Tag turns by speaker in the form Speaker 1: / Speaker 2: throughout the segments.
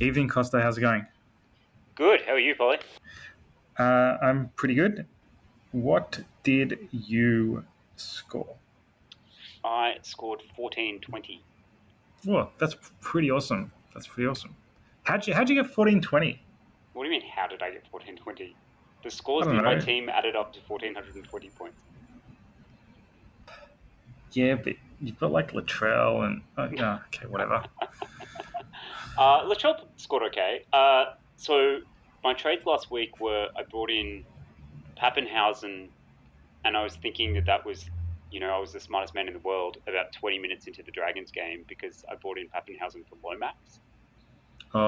Speaker 1: Evening, Costa. How's it going?
Speaker 2: Good. How are you, Polly?
Speaker 1: Uh, I'm pretty good. What did you score?
Speaker 2: I scored fourteen twenty.
Speaker 1: Whoa, that's pretty awesome. That's pretty awesome. How'd you how'd you get fourteen twenty?
Speaker 2: What do you mean? How did I get fourteen twenty? The scores
Speaker 1: I don't
Speaker 2: in my
Speaker 1: know.
Speaker 2: team added up to fourteen hundred and twenty points.
Speaker 1: Yeah, but you've got like Latrell and uh, yeah, okay, whatever.
Speaker 2: Uh, Lachop scored okay. Uh, so my trades last week were I brought in Pappenhausen, and I was thinking that that was, you know, I was the smartest man in the world about 20 minutes into the Dragons game because I brought in Pappenhausen for Lomax,
Speaker 1: Oh,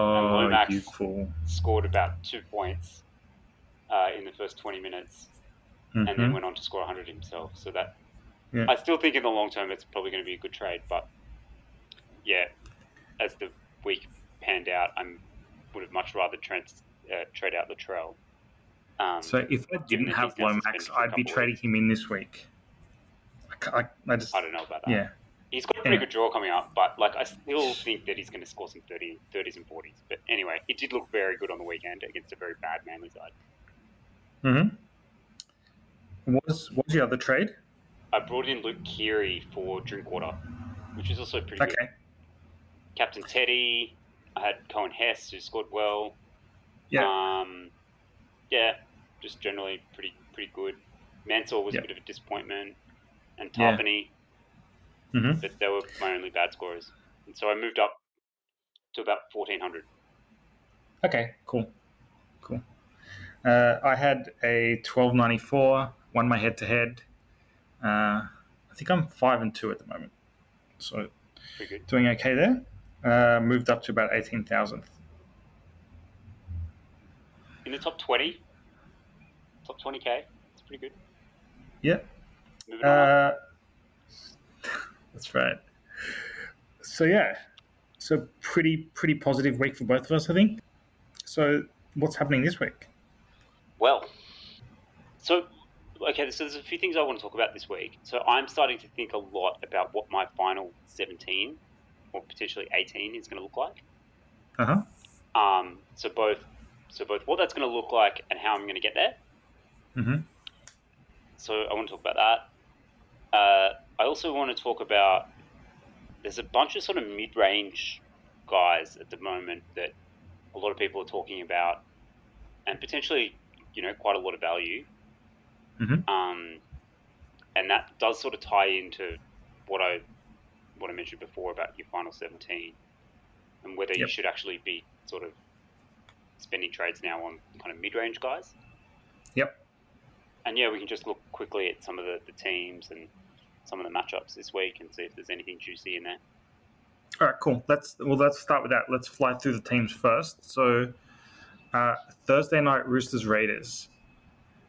Speaker 2: Lomax.
Speaker 1: you fool!
Speaker 2: scored about two points uh, in the first 20 minutes, and then
Speaker 1: Mhm.
Speaker 2: went on to score 100 himself. So that
Speaker 1: Yeah.
Speaker 2: I still think in the long term it's probably going to be a good trade, but yeah, as the week panned out, I would have much rather trans, uh, trade out Latrell. Um,
Speaker 1: So if I didn't
Speaker 2: that
Speaker 1: have
Speaker 2: he's now
Speaker 1: Lomax,
Speaker 2: suspended for a
Speaker 1: I'd be
Speaker 2: couple of
Speaker 1: trading him in this week. I, ca- I, I just
Speaker 2: I don't know about that.
Speaker 1: yeah.
Speaker 2: He's got a pretty
Speaker 1: Yeah.
Speaker 2: good draw coming up, but like I still think that he's going to score some 30, 30s and 40s. But anyway, it did look very good on the weekend against a very bad Manly side.
Speaker 1: Mm-hmm. What Mm-hmm. was what was your other trade?
Speaker 2: I brought in Luke Keary for Drinkwater, which is also pretty good.
Speaker 1: Okay,
Speaker 2: Captain Teddy. I had Cohen Hess, who scored well.
Speaker 1: yeah,
Speaker 2: Um, yeah, just generally pretty pretty good. Mansell was
Speaker 1: Yeah.
Speaker 2: a bit of a disappointment, and
Speaker 1: Yeah.
Speaker 2: Tarpany,
Speaker 1: Mhm.
Speaker 2: but they were my only bad scorers. And so I moved up to about 1400.
Speaker 1: okay, cool, cool. Uh, I had a twelve ninety four. Won my head to head. I think I'm five and two at the moment, so
Speaker 2: Pretty good.
Speaker 1: doing okay there. Uh, moved up to about eighteen thousandth.
Speaker 2: In the top 20, top 20k, it's pretty good.
Speaker 1: Yeah.
Speaker 2: Moving on.
Speaker 1: Uh, that's right. So yeah, so pretty pretty positive week for both of us, I think. So what's happening this week?
Speaker 2: Well, so okay, so there's a few things I want to talk about this week. So I'm starting to think a lot about what my final 17 or potentially 18 is going to look like.
Speaker 1: Uh huh.
Speaker 2: Um, so both, so both what that's going to look like and how I'm going to get there.
Speaker 1: hmm
Speaker 2: So I want to talk about that. Uh, I also want to talk about there's a bunch of sort of mid-range guys at the moment that a lot of people are talking about, and potentially, you know, quite a lot of value.
Speaker 1: Mhm.
Speaker 2: Um, and that does sort of tie into what I what I mentioned before about your final seventeen, and whether you
Speaker 1: Yep.
Speaker 2: should actually be sort of spending trades now on kind of mid-range guys.
Speaker 1: Yep.
Speaker 2: And yeah, we can just look quickly at some of the, the teams and some of the matchups this week and see if there's anything juicy in there.
Speaker 1: All right, cool. Let's well, let's start with that. Let's fly through the teams first. So uh, Thursday night, Roosters Raiders.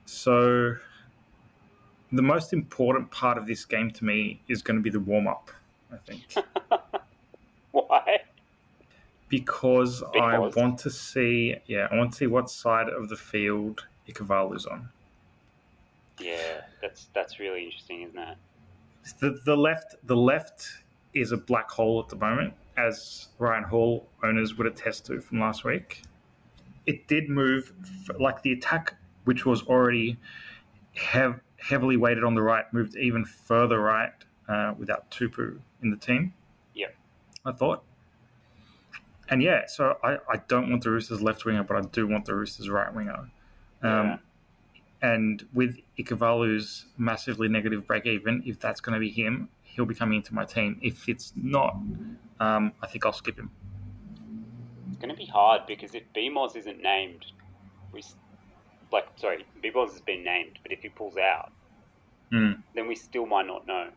Speaker 1: So the most important part of this game to me is going to be the warm up. I think.
Speaker 2: Why?
Speaker 1: because I
Speaker 2: Because?
Speaker 1: want to see, yeah, I want to see what side of the field Ikavalu's on.
Speaker 2: Yeah, that's that's really interesting, isn't it?
Speaker 1: The, the left, the left is a black hole at the moment, as Ryan Hall owners would attest to from last week. It did move, f- like the attack, which was already hev- heavily weighted on the right, moved even further right uh, without Tupu in the team.
Speaker 2: Yep.
Speaker 1: I thought. And yeah, so I, I don't want the Roosters left winger, but I do want the Roosters right winger. Um,
Speaker 2: Yeah.
Speaker 1: And with Ikavalu's massively negative break even, if that's going to be him, he'll be coming into my team. If it's not, um, I think I'll skip him.
Speaker 2: It's going to be hard because if BMOS isn't named, we s- like sorry, BMOS has been named, but if he pulls out,
Speaker 1: Hmm.
Speaker 2: then we still might not know.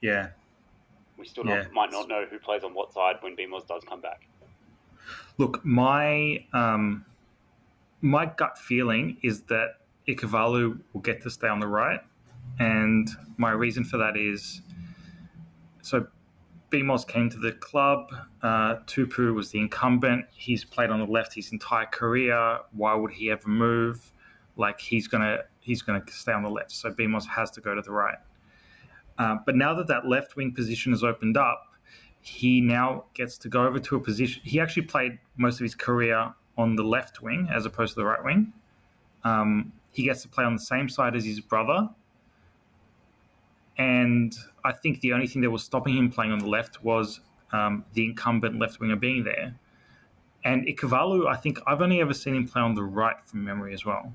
Speaker 1: Yeah.
Speaker 2: We still
Speaker 1: Yeah.
Speaker 2: not, might not know who plays on what side when BMOS does come back.
Speaker 1: Look, my um, my gut feeling is that Ikavalu will get to stay on the right, and my reason for that is so. BMOS came to the club. Uh, Tupu was the incumbent. He's played on the left his entire career. Why would he ever move? Like he's gonna he's gonna stay on the left. So BMOS has to go to the right. Uh, but now that that left wing position has opened up, he now gets to go over to a position. He actually played most of his career on the left wing as opposed to the right wing. Um, he gets to play on the same side as his brother. And I think the only thing that was stopping him playing on the left was um, the incumbent left winger being there. And Ikavalu, I think I've only ever seen him play on the right from memory as well.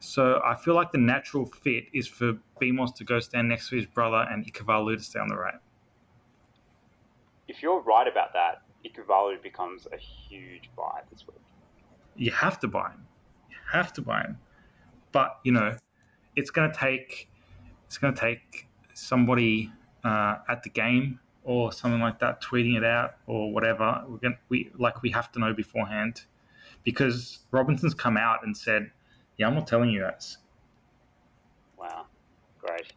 Speaker 1: So I feel like the natural fit is for Bemos to go stand next to his brother and Ikavalu to stay on the right.
Speaker 2: If you're right about that, Ikavalu becomes a huge buy this week.
Speaker 1: You have to buy him. You have to buy him. But you know, it's going to take it's going to take somebody uh, at the game or something like that tweeting it out or whatever. We're going to we like we have to know beforehand because Robinson's come out and said yeah, I'm not telling you guys.
Speaker 2: Wow, great.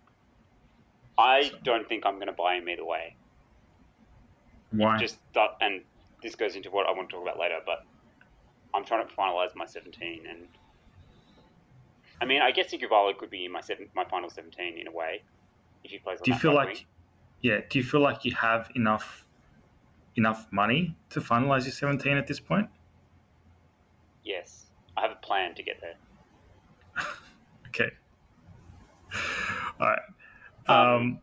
Speaker 2: I don't think I'm going to buy him either way.
Speaker 1: Why?
Speaker 2: Just that, and this goes into what I want to talk about later. But I'm trying to finalize my 17, and I mean, I guess Iguodala could be in my seven, my final 17 in a way if he plays. On
Speaker 1: do you
Speaker 2: that
Speaker 1: feel
Speaker 2: right
Speaker 1: like,
Speaker 2: wing.
Speaker 1: yeah? Do you feel like you have enough enough money to finalize your 17 at this point?
Speaker 2: Yes, I have a plan to get there.
Speaker 1: Okay. All right.
Speaker 2: Um,
Speaker 1: Um,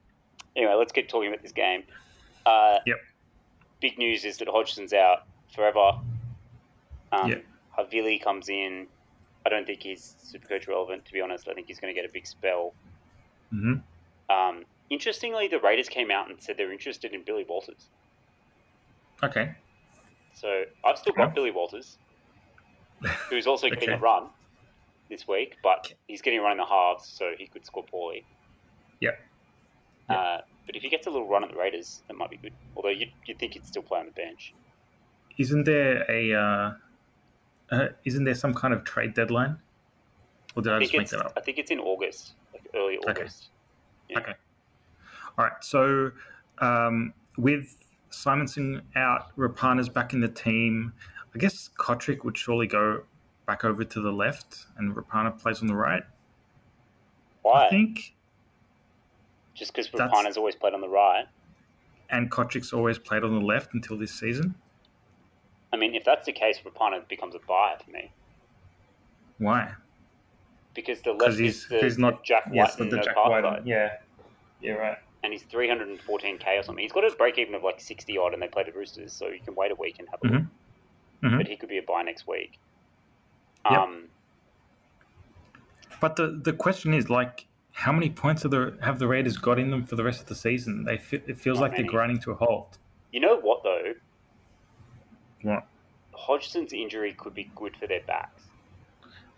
Speaker 2: Anyway, let's get talking about this game. Uh,
Speaker 1: Yep.
Speaker 2: Big news is that Hodgson's out forever. Um,
Speaker 1: Yep.
Speaker 2: Havili comes in. I don't think he's super coach relevant, to be honest. I think he's going to get a big spell.
Speaker 1: mhm.
Speaker 2: Um, interestingly, the Raiders came out and said they're interested in Billy Walters.
Speaker 1: Okay.
Speaker 2: So I've still got
Speaker 1: Yeah.
Speaker 2: Billy Walters, who's also getting a
Speaker 1: Okay.
Speaker 2: run this week, but he's getting a run in the halves, so he could score poorly.
Speaker 1: Yeah.
Speaker 2: Uh, but if he gets a little run at the Raiders, that might be good. Although you'd, you'd think he'd still play on the bench.
Speaker 1: Isn't there a uh, uh, isn't there some kind of trade deadline? Or did I,
Speaker 2: I
Speaker 1: just
Speaker 2: think,
Speaker 1: make
Speaker 2: it's,
Speaker 1: that up?
Speaker 2: I think it's in August, like early
Speaker 1: Okay.
Speaker 2: August. Yeah.
Speaker 1: Okay. All right. So um, with Simonson out, Rapana's back in the team. I guess Kotrick would surely go back over to the left, and Rapana plays on the right. I
Speaker 2: Why?
Speaker 1: think.
Speaker 2: Just because
Speaker 1: that's-
Speaker 2: Rapana's always played on the right.
Speaker 1: And Kotrick's always played on the left until this season.
Speaker 2: I mean, if that's the case, Rapana becomes a buy for me.
Speaker 1: Why?
Speaker 2: Because the left
Speaker 1: Because
Speaker 2: is
Speaker 1: he's
Speaker 2: the,
Speaker 1: he's not
Speaker 2: Jack White
Speaker 1: yes,
Speaker 2: and
Speaker 1: the Jack
Speaker 2: Parker
Speaker 1: White.
Speaker 2: guy.
Speaker 1: Yeah. Yeah. Right.
Speaker 2: and he's 314k or something. He's got a break even of like 60 odd, and they play the Roosters, so you can wait a week and have a look.
Speaker 1: Mhm. Mhm.
Speaker 2: But he could be a buy next week.
Speaker 1: Yep.
Speaker 2: Um,
Speaker 1: But the the question is like. How many points have the have the Raiders got in them for the rest of the season? They fe- it feels
Speaker 2: Not
Speaker 1: like
Speaker 2: many.
Speaker 1: they're grinding to a halt.
Speaker 2: You know what though?
Speaker 1: What?
Speaker 2: Hodgson's injury could be good for their backs.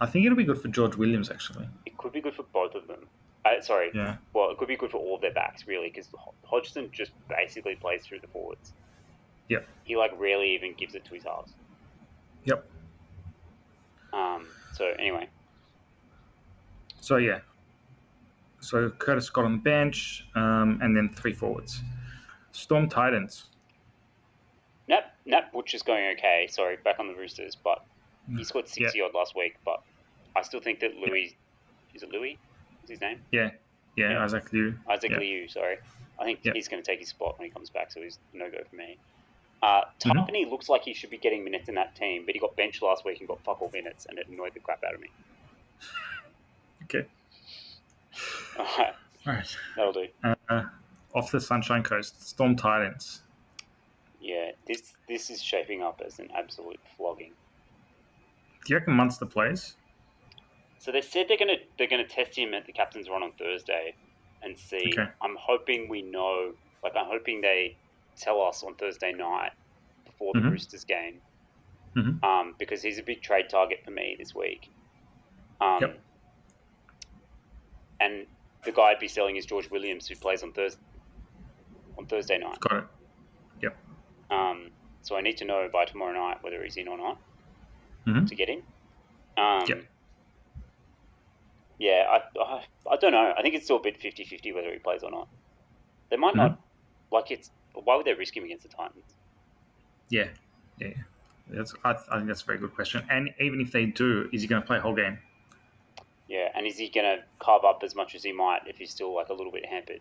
Speaker 1: I think it'll be good for George Williams actually.
Speaker 2: It could be good for both of them. Uh, sorry.
Speaker 1: Yeah.
Speaker 2: Well, it could be good for all of their backs really, because Hodgson just basically plays through the forwards.
Speaker 1: Yep.
Speaker 2: He like rarely even gives it to his halves.
Speaker 1: Yep.
Speaker 2: Um, so anyway,
Speaker 1: So yeah. So Curtis Scott on the bench, um, and then three forwards. Storm Titans.
Speaker 2: Nat Nat Butch is going okay. Sorry, back on the Roosters, but
Speaker 1: Mm.
Speaker 2: he scored sixty odd last week. But I still think that Louis is it Louis? Is his name
Speaker 1: Yeah. Yeah,
Speaker 2: Yeah.
Speaker 1: Isaac Liu.
Speaker 2: Isaac
Speaker 1: Yeah.
Speaker 2: Liu? Sorry, I think
Speaker 1: Yeah.
Speaker 2: he's going to take his spot when he comes back. So he's no go for me. Uh,
Speaker 1: Mhm.
Speaker 2: Tarpany looks like he should be getting minutes in that team, but he got benched last week and got fuck all minutes, and it annoyed the crap out of me.
Speaker 1: Okay.
Speaker 2: All right,
Speaker 1: All right.
Speaker 2: that'll do.
Speaker 1: Uh, off the Sunshine Coast, Storm Titans.
Speaker 2: Yeah, this this is shaping up as an absolute flogging.
Speaker 1: Do you reckon Munster plays?
Speaker 2: So they said they're gonna they're gonna test him at the captain's run on Thursday, and see.
Speaker 1: Okay.
Speaker 2: I'm hoping we know. Like I'm hoping they tell us on Thursday night before the
Speaker 1: Mhm.
Speaker 2: Roosters game,
Speaker 1: Mhm.
Speaker 2: um, because he's a big trade target for me this week. Um,
Speaker 1: Yep.
Speaker 2: And the guy I'd be selling is George Williams, who plays on Thursday on Thursday night.
Speaker 1: Got it.
Speaker 2: Um, so I need to know by tomorrow night whether he's in or not
Speaker 1: Mhm.
Speaker 2: to get in. Um,
Speaker 1: Yep.
Speaker 2: Yeah, I, I, I don't know. I think it's still a bit 50 50 whether he plays or not. They might not.
Speaker 1: Mm-hmm.
Speaker 2: Like, it's. Why would they risk him against the Titans?
Speaker 1: Yeah. Yeah. yeah. That's. I, I think that's a very good question. And even if they do, is he going to play a whole game?
Speaker 2: Yeah, and is he going to carve up as much as he might if he's still, like, a little bit hampered?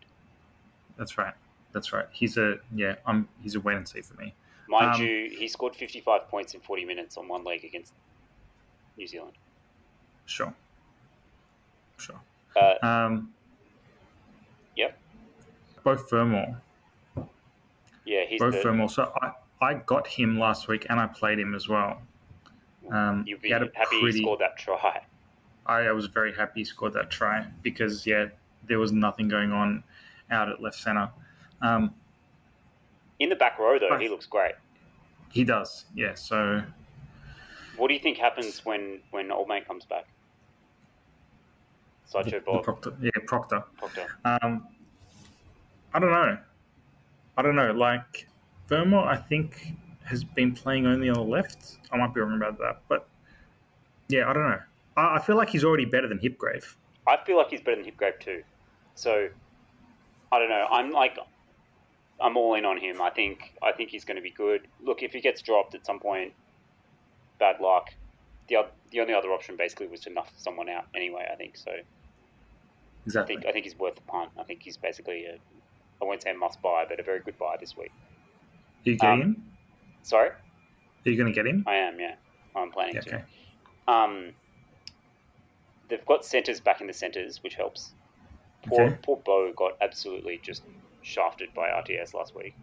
Speaker 1: That's right. that's right. He's a yeah. I'm he's a wait and see for me.
Speaker 2: Mind
Speaker 1: Um,
Speaker 2: you, he scored 55 points in 40 minutes on one leg against New Zealand.
Speaker 1: Sure, sure.
Speaker 2: Uh,
Speaker 1: Um,
Speaker 2: Yep.
Speaker 1: Bo Fermor,
Speaker 2: yeah, he's
Speaker 1: Bo
Speaker 2: the.
Speaker 1: Fermor. So I I got him last week and I played him as well. Um,
Speaker 2: You'd be
Speaker 1: he had a
Speaker 2: happy
Speaker 1: pretty-
Speaker 2: he scored that try.
Speaker 1: I, I was very happy he scored that try because yeah, there was nothing going on out at left center. Um,
Speaker 2: In the back row, though,
Speaker 1: Right.
Speaker 2: he looks great.
Speaker 1: he does, yeah. So
Speaker 2: What do you think happens when, when old mate comes back? Sideshow
Speaker 1: the
Speaker 2: Bob
Speaker 1: Proctor, yeah, Proctor.
Speaker 2: Proctor.
Speaker 1: Um, I don't know. I don't know. Like Verma, I think has been playing only on the left. I might be wrong about that, but yeah, I don't know. I, I feel like he's already better than Hipgrave.
Speaker 2: I feel like he's better than Hipgrave too. So I don't know. I'm like I'm all in on him. I think I think he's going to be good. Look, if he gets dropped at some point, bad luck. The oth- the only other option basically was to knock someone out anyway. I think so. I
Speaker 1: Exactly.
Speaker 2: think I think he's worth the punt. I think he's basically a I won't say a must buy, but a very good buy this week.
Speaker 1: Are you getting
Speaker 2: um,
Speaker 1: him?
Speaker 2: Sorry,
Speaker 1: Are you going to get him?
Speaker 2: I am. Yeah, I'm planning
Speaker 1: Yeah,
Speaker 2: to.
Speaker 1: okay.
Speaker 2: Um, they've got centres back in the centres, which helps. Poor,
Speaker 1: Okay.
Speaker 2: poor Bo got absolutely just shafted by RTS last week.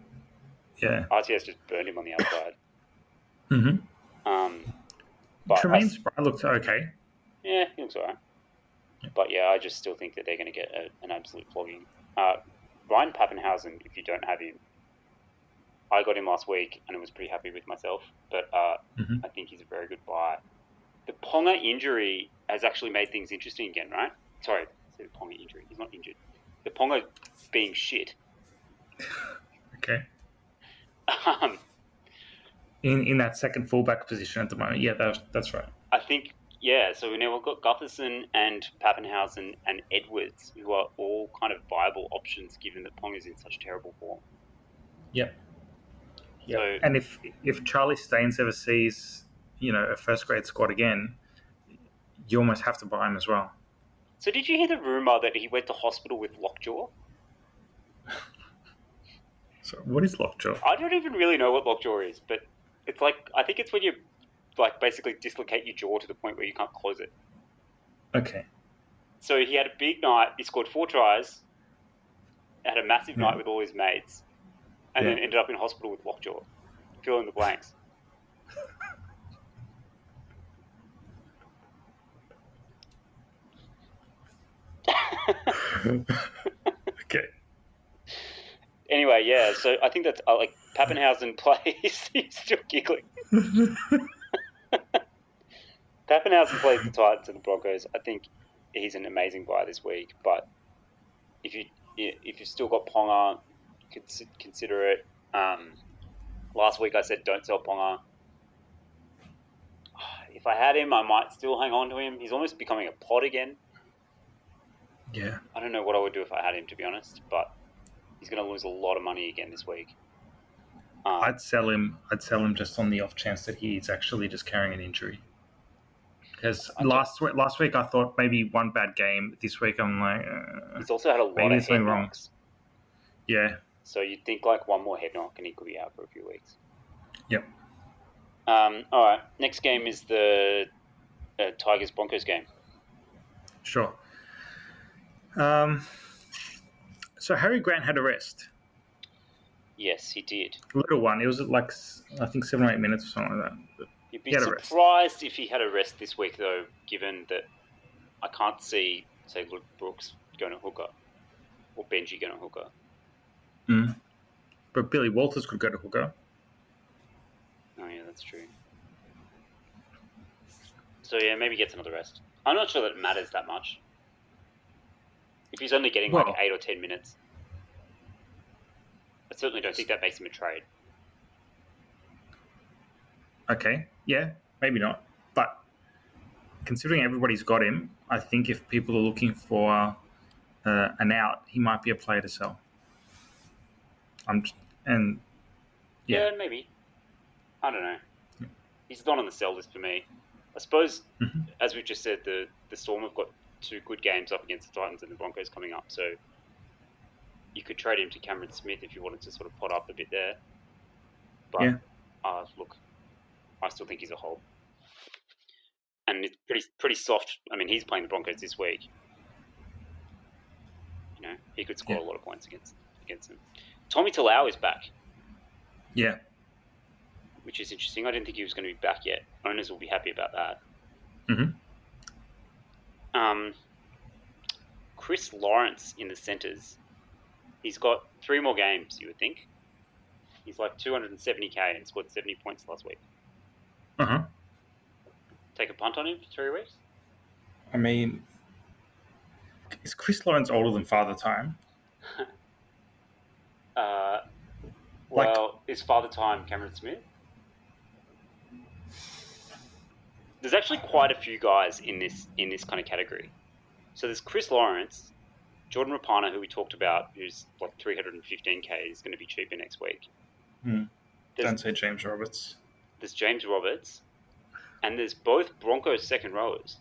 Speaker 1: Yeah.
Speaker 2: RTS just burned him on the outside.
Speaker 1: Mm-hmm.
Speaker 2: Um, but I-
Speaker 1: Tremaine Spry looked okay.
Speaker 2: yeah, he looks alright. But yeah, I just still think that they're going to get a, an absolute flogging. Uh, Ryan Pappenhausen, if you don't have him, I got him last week and I was pretty happy with myself. But uh,
Speaker 1: Mhm.
Speaker 2: I think he's a very good buy. The Ponga injury has actually made things interesting again, right? Sorry, I said Ponga injury. He's not injured. The Ponga being shit.
Speaker 1: Okay.
Speaker 2: Um,
Speaker 1: In in that second fullback position at the moment. Yeah, that's that's right.
Speaker 2: I think, yeah, so now we've got Gutherson and Pappenhausen and Edwards, who are all kind of viable options given that Pong is in such terrible form.
Speaker 1: Yep.
Speaker 2: So,
Speaker 1: And if if Charlie Staines ever sees, you know, a first grade squad again, you almost have to buy him as well.
Speaker 2: so did you hear the rumor that he went to hospital with lockjaw?
Speaker 1: So what is lockjaw?
Speaker 2: I don't even really know what lockjaw is, but it's like, I think it's when you like basically dislocate your jaw to the point where you can't close it.
Speaker 1: Okay.
Speaker 2: So he had a big night. He scored four tries, had a massive night with all his mates, and then
Speaker 1: Yeah.
Speaker 2: ended up in hospital with lockjaw. Fill in the blanks.
Speaker 1: Okay.
Speaker 2: Anyway, yeah. So I think that's uh, like Pappenhausen plays. He's still giggling. Pappenhausen plays the Titans and the Broncos. I think he's an amazing buy this week. But if you if you've still got Ponga, cons- consider it. Um, last week I said don't sell Ponga. If I had him, I might still hang on to him. He's almost becoming a pod again.
Speaker 1: Yeah.
Speaker 2: I don't know what I would do if I had him, to be honest. But he's going to lose a lot of money again this week. Um,
Speaker 1: I'd sell him I'd sell him just on the off chance that he's actually just carrying an injury. Because
Speaker 2: I don't-
Speaker 1: last week, last week I thought maybe one bad game. This week I'm like, uh,
Speaker 2: He's also had a lot
Speaker 1: Maybe
Speaker 2: of
Speaker 1: there's
Speaker 2: head
Speaker 1: something wrong.
Speaker 2: knocks.
Speaker 1: yeah,
Speaker 2: So you'd think like one more head knock and he could be out for a few weeks.
Speaker 1: Yep.
Speaker 2: Um, all right. Next game is the uh, Tigers Broncos game.
Speaker 1: sure. Um, so Harry Grant had a rest.
Speaker 2: Yes, he did.
Speaker 1: little one. It was like s- I think seven or eight minutes or something like that. But
Speaker 2: You'd be
Speaker 1: He had a rest.
Speaker 2: surprised if he had a rest this week, though, given that I can't see, say, Luke Brooks going to hooker or Benji going to hooker.
Speaker 1: but Billy Walters could go to hooker.
Speaker 2: Oh yeah, that's true. So yeah, maybe he gets another rest. I'm not sure that it matters that much. If he's only getting
Speaker 1: Well-
Speaker 2: like eight or ten minutes, I certainly don't think that makes him a trade.
Speaker 1: Okay, yeah, maybe not. But considering everybody's got him, I think if people are looking for uh, an out, he might be a player to sell. I'm j- and
Speaker 2: Yeah,
Speaker 1: Yeah.
Speaker 2: maybe. I don't know. He's not on the sell list for me. I suppose,
Speaker 1: Mhm.
Speaker 2: as we've just said, the the Storm have got two good games up against the Titans and the Broncos coming up, so you could trade him to Cameron Smith if you wanted to sort of pot up a bit there. But
Speaker 1: Yeah.
Speaker 2: uh, look, I still think he's a hold, and it's pretty pretty soft. I mean, he's playing the Broncos this week. You know, he could score a lot of points against against them. Tommy Talau is back
Speaker 1: Yeah.
Speaker 2: which is interesting. I didn't think he was going to be back yet. Owners will be happy about that.
Speaker 1: Mhm.
Speaker 2: Um, Chris Lawrence in the centres. He's got three more games, you would think. He's like 270k and scored 70 points last week.
Speaker 1: Uh huh.
Speaker 2: Take a punt on him for three weeks?
Speaker 1: I mean, is Chris Lawrence older than Father Time?
Speaker 2: Uh,
Speaker 1: Like-
Speaker 2: well, is Father Time Cameron Smith? There's actually quite a few guys in this in this kind of category. So there's Chris Lawrence, Jordan Rapana, who we talked about, who's like 315k, is going to be cheaper next week.
Speaker 1: Hmm.
Speaker 2: There's,
Speaker 1: Don't say James Roberts.
Speaker 2: there's James Roberts, and there's both Broncos second rowers.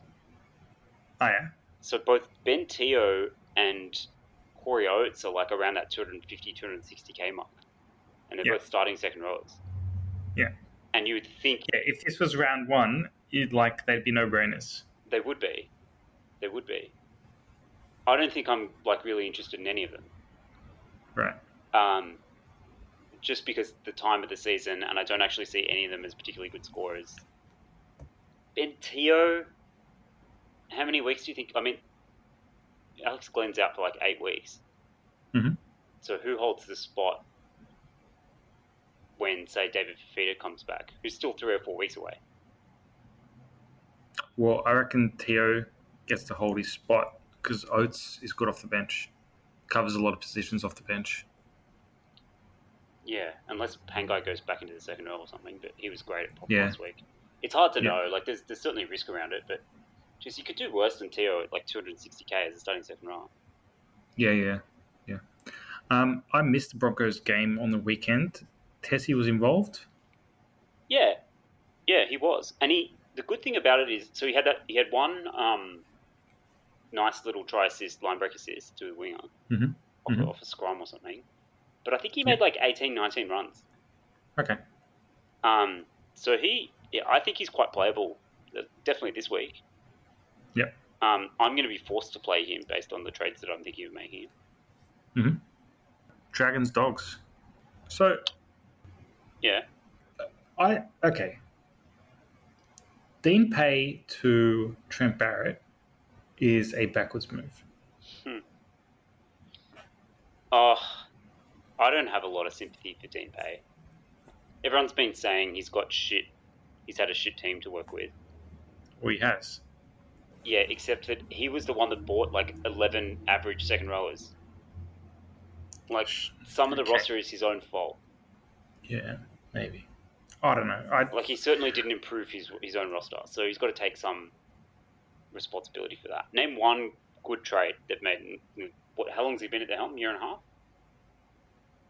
Speaker 1: Oh, yeah.
Speaker 2: So both Ben Teo and Corey Oates are like around that 250, 260k mark. And they're
Speaker 1: Yeah.
Speaker 2: both starting second rows.
Speaker 1: Yeah.
Speaker 2: And you would think
Speaker 1: Yeah, if this was round one, you'd like, there'd be no brainers.
Speaker 2: they would be. They would be. I don't think I'm like really interested in any of them.
Speaker 1: Right.
Speaker 2: Um, just because the time of the season, and I don't actually see any of them as particularly good scorers. Ben Teo, how many weeks do you think? I mean, Alex Glenn's out for like eight weeks.
Speaker 1: Mhm.
Speaker 2: So who holds the spot when, say, David Fafita comes back, who's still three or four weeks away?
Speaker 1: Well, I reckon Theo gets to hold his spot because Oates is good off the bench, covers a lot of positions off the bench.
Speaker 2: Yeah, unless Pangai goes back into the second row or something, but he was great at pop
Speaker 1: Yeah.
Speaker 2: last week. It's hard to
Speaker 1: Yeah.
Speaker 2: know. Like, there's there's certainly risk around it, but just you could do worse than Teo at like 260k as a starting second row.
Speaker 1: Yeah, yeah, yeah. Um, I missed the Broncos game on the weekend. Tessie was involved.
Speaker 2: Yeah, yeah, he was, and he. The good thing about it is, so he had that he had one um, nice little try assist, line break assist to the winger
Speaker 1: Mhm.
Speaker 2: off,
Speaker 1: Mhm.
Speaker 2: off a scrum or something, but I think he made like 18, 19 runs.
Speaker 1: Okay.
Speaker 2: Um, so he, yeah, I think he's quite playable, uh, definitely this week.
Speaker 1: Yep.
Speaker 2: Um, I'm going to be forced to play him based on the trades that I'm thinking of making.
Speaker 1: Dragons, dogs. So
Speaker 2: Yeah.
Speaker 1: I okay. Dean Pay to Trent Barrett is a backwards move.
Speaker 2: Oh, I don't have a lot of sympathy for Dean Pay. Everyone's been saying he's got shit. He's had a shit team to work with.
Speaker 1: Well, he has.
Speaker 2: Yeah, except that he was the one that bought like 11 average second rowers. Like some of the
Speaker 1: Okay.
Speaker 2: roster is his own fault.
Speaker 1: Yeah, maybe. I don't know. I
Speaker 2: like he certainly didn't improve his his own roster, so he's got to take some responsibility for that. Name one good trade that made. What? How long's he been at the helm? Year and a half.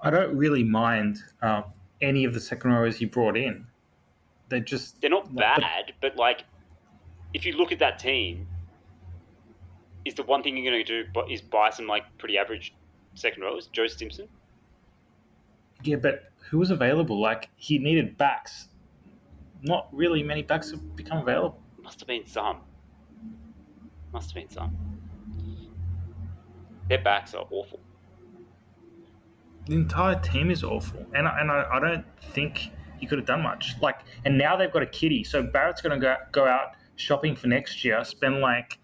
Speaker 1: I don't really mind uh, any of the second rowers he brought in. They just
Speaker 2: They're not
Speaker 1: Like the-
Speaker 2: bad, but like, if you look at that team, is the one thing you're going to do bu- is buy some like pretty average second rowers? Joe Stimson.
Speaker 1: Yeah, but who was available? Like he needed backs. Not really many backs have become available.
Speaker 2: Must have been some. Must have been some. Their backs are awful.
Speaker 1: The entire team is awful, and I, and I, I don't think he could have done much. Like, and now they've got a kitty, so Barrett's going to go go out shopping for next year, spend like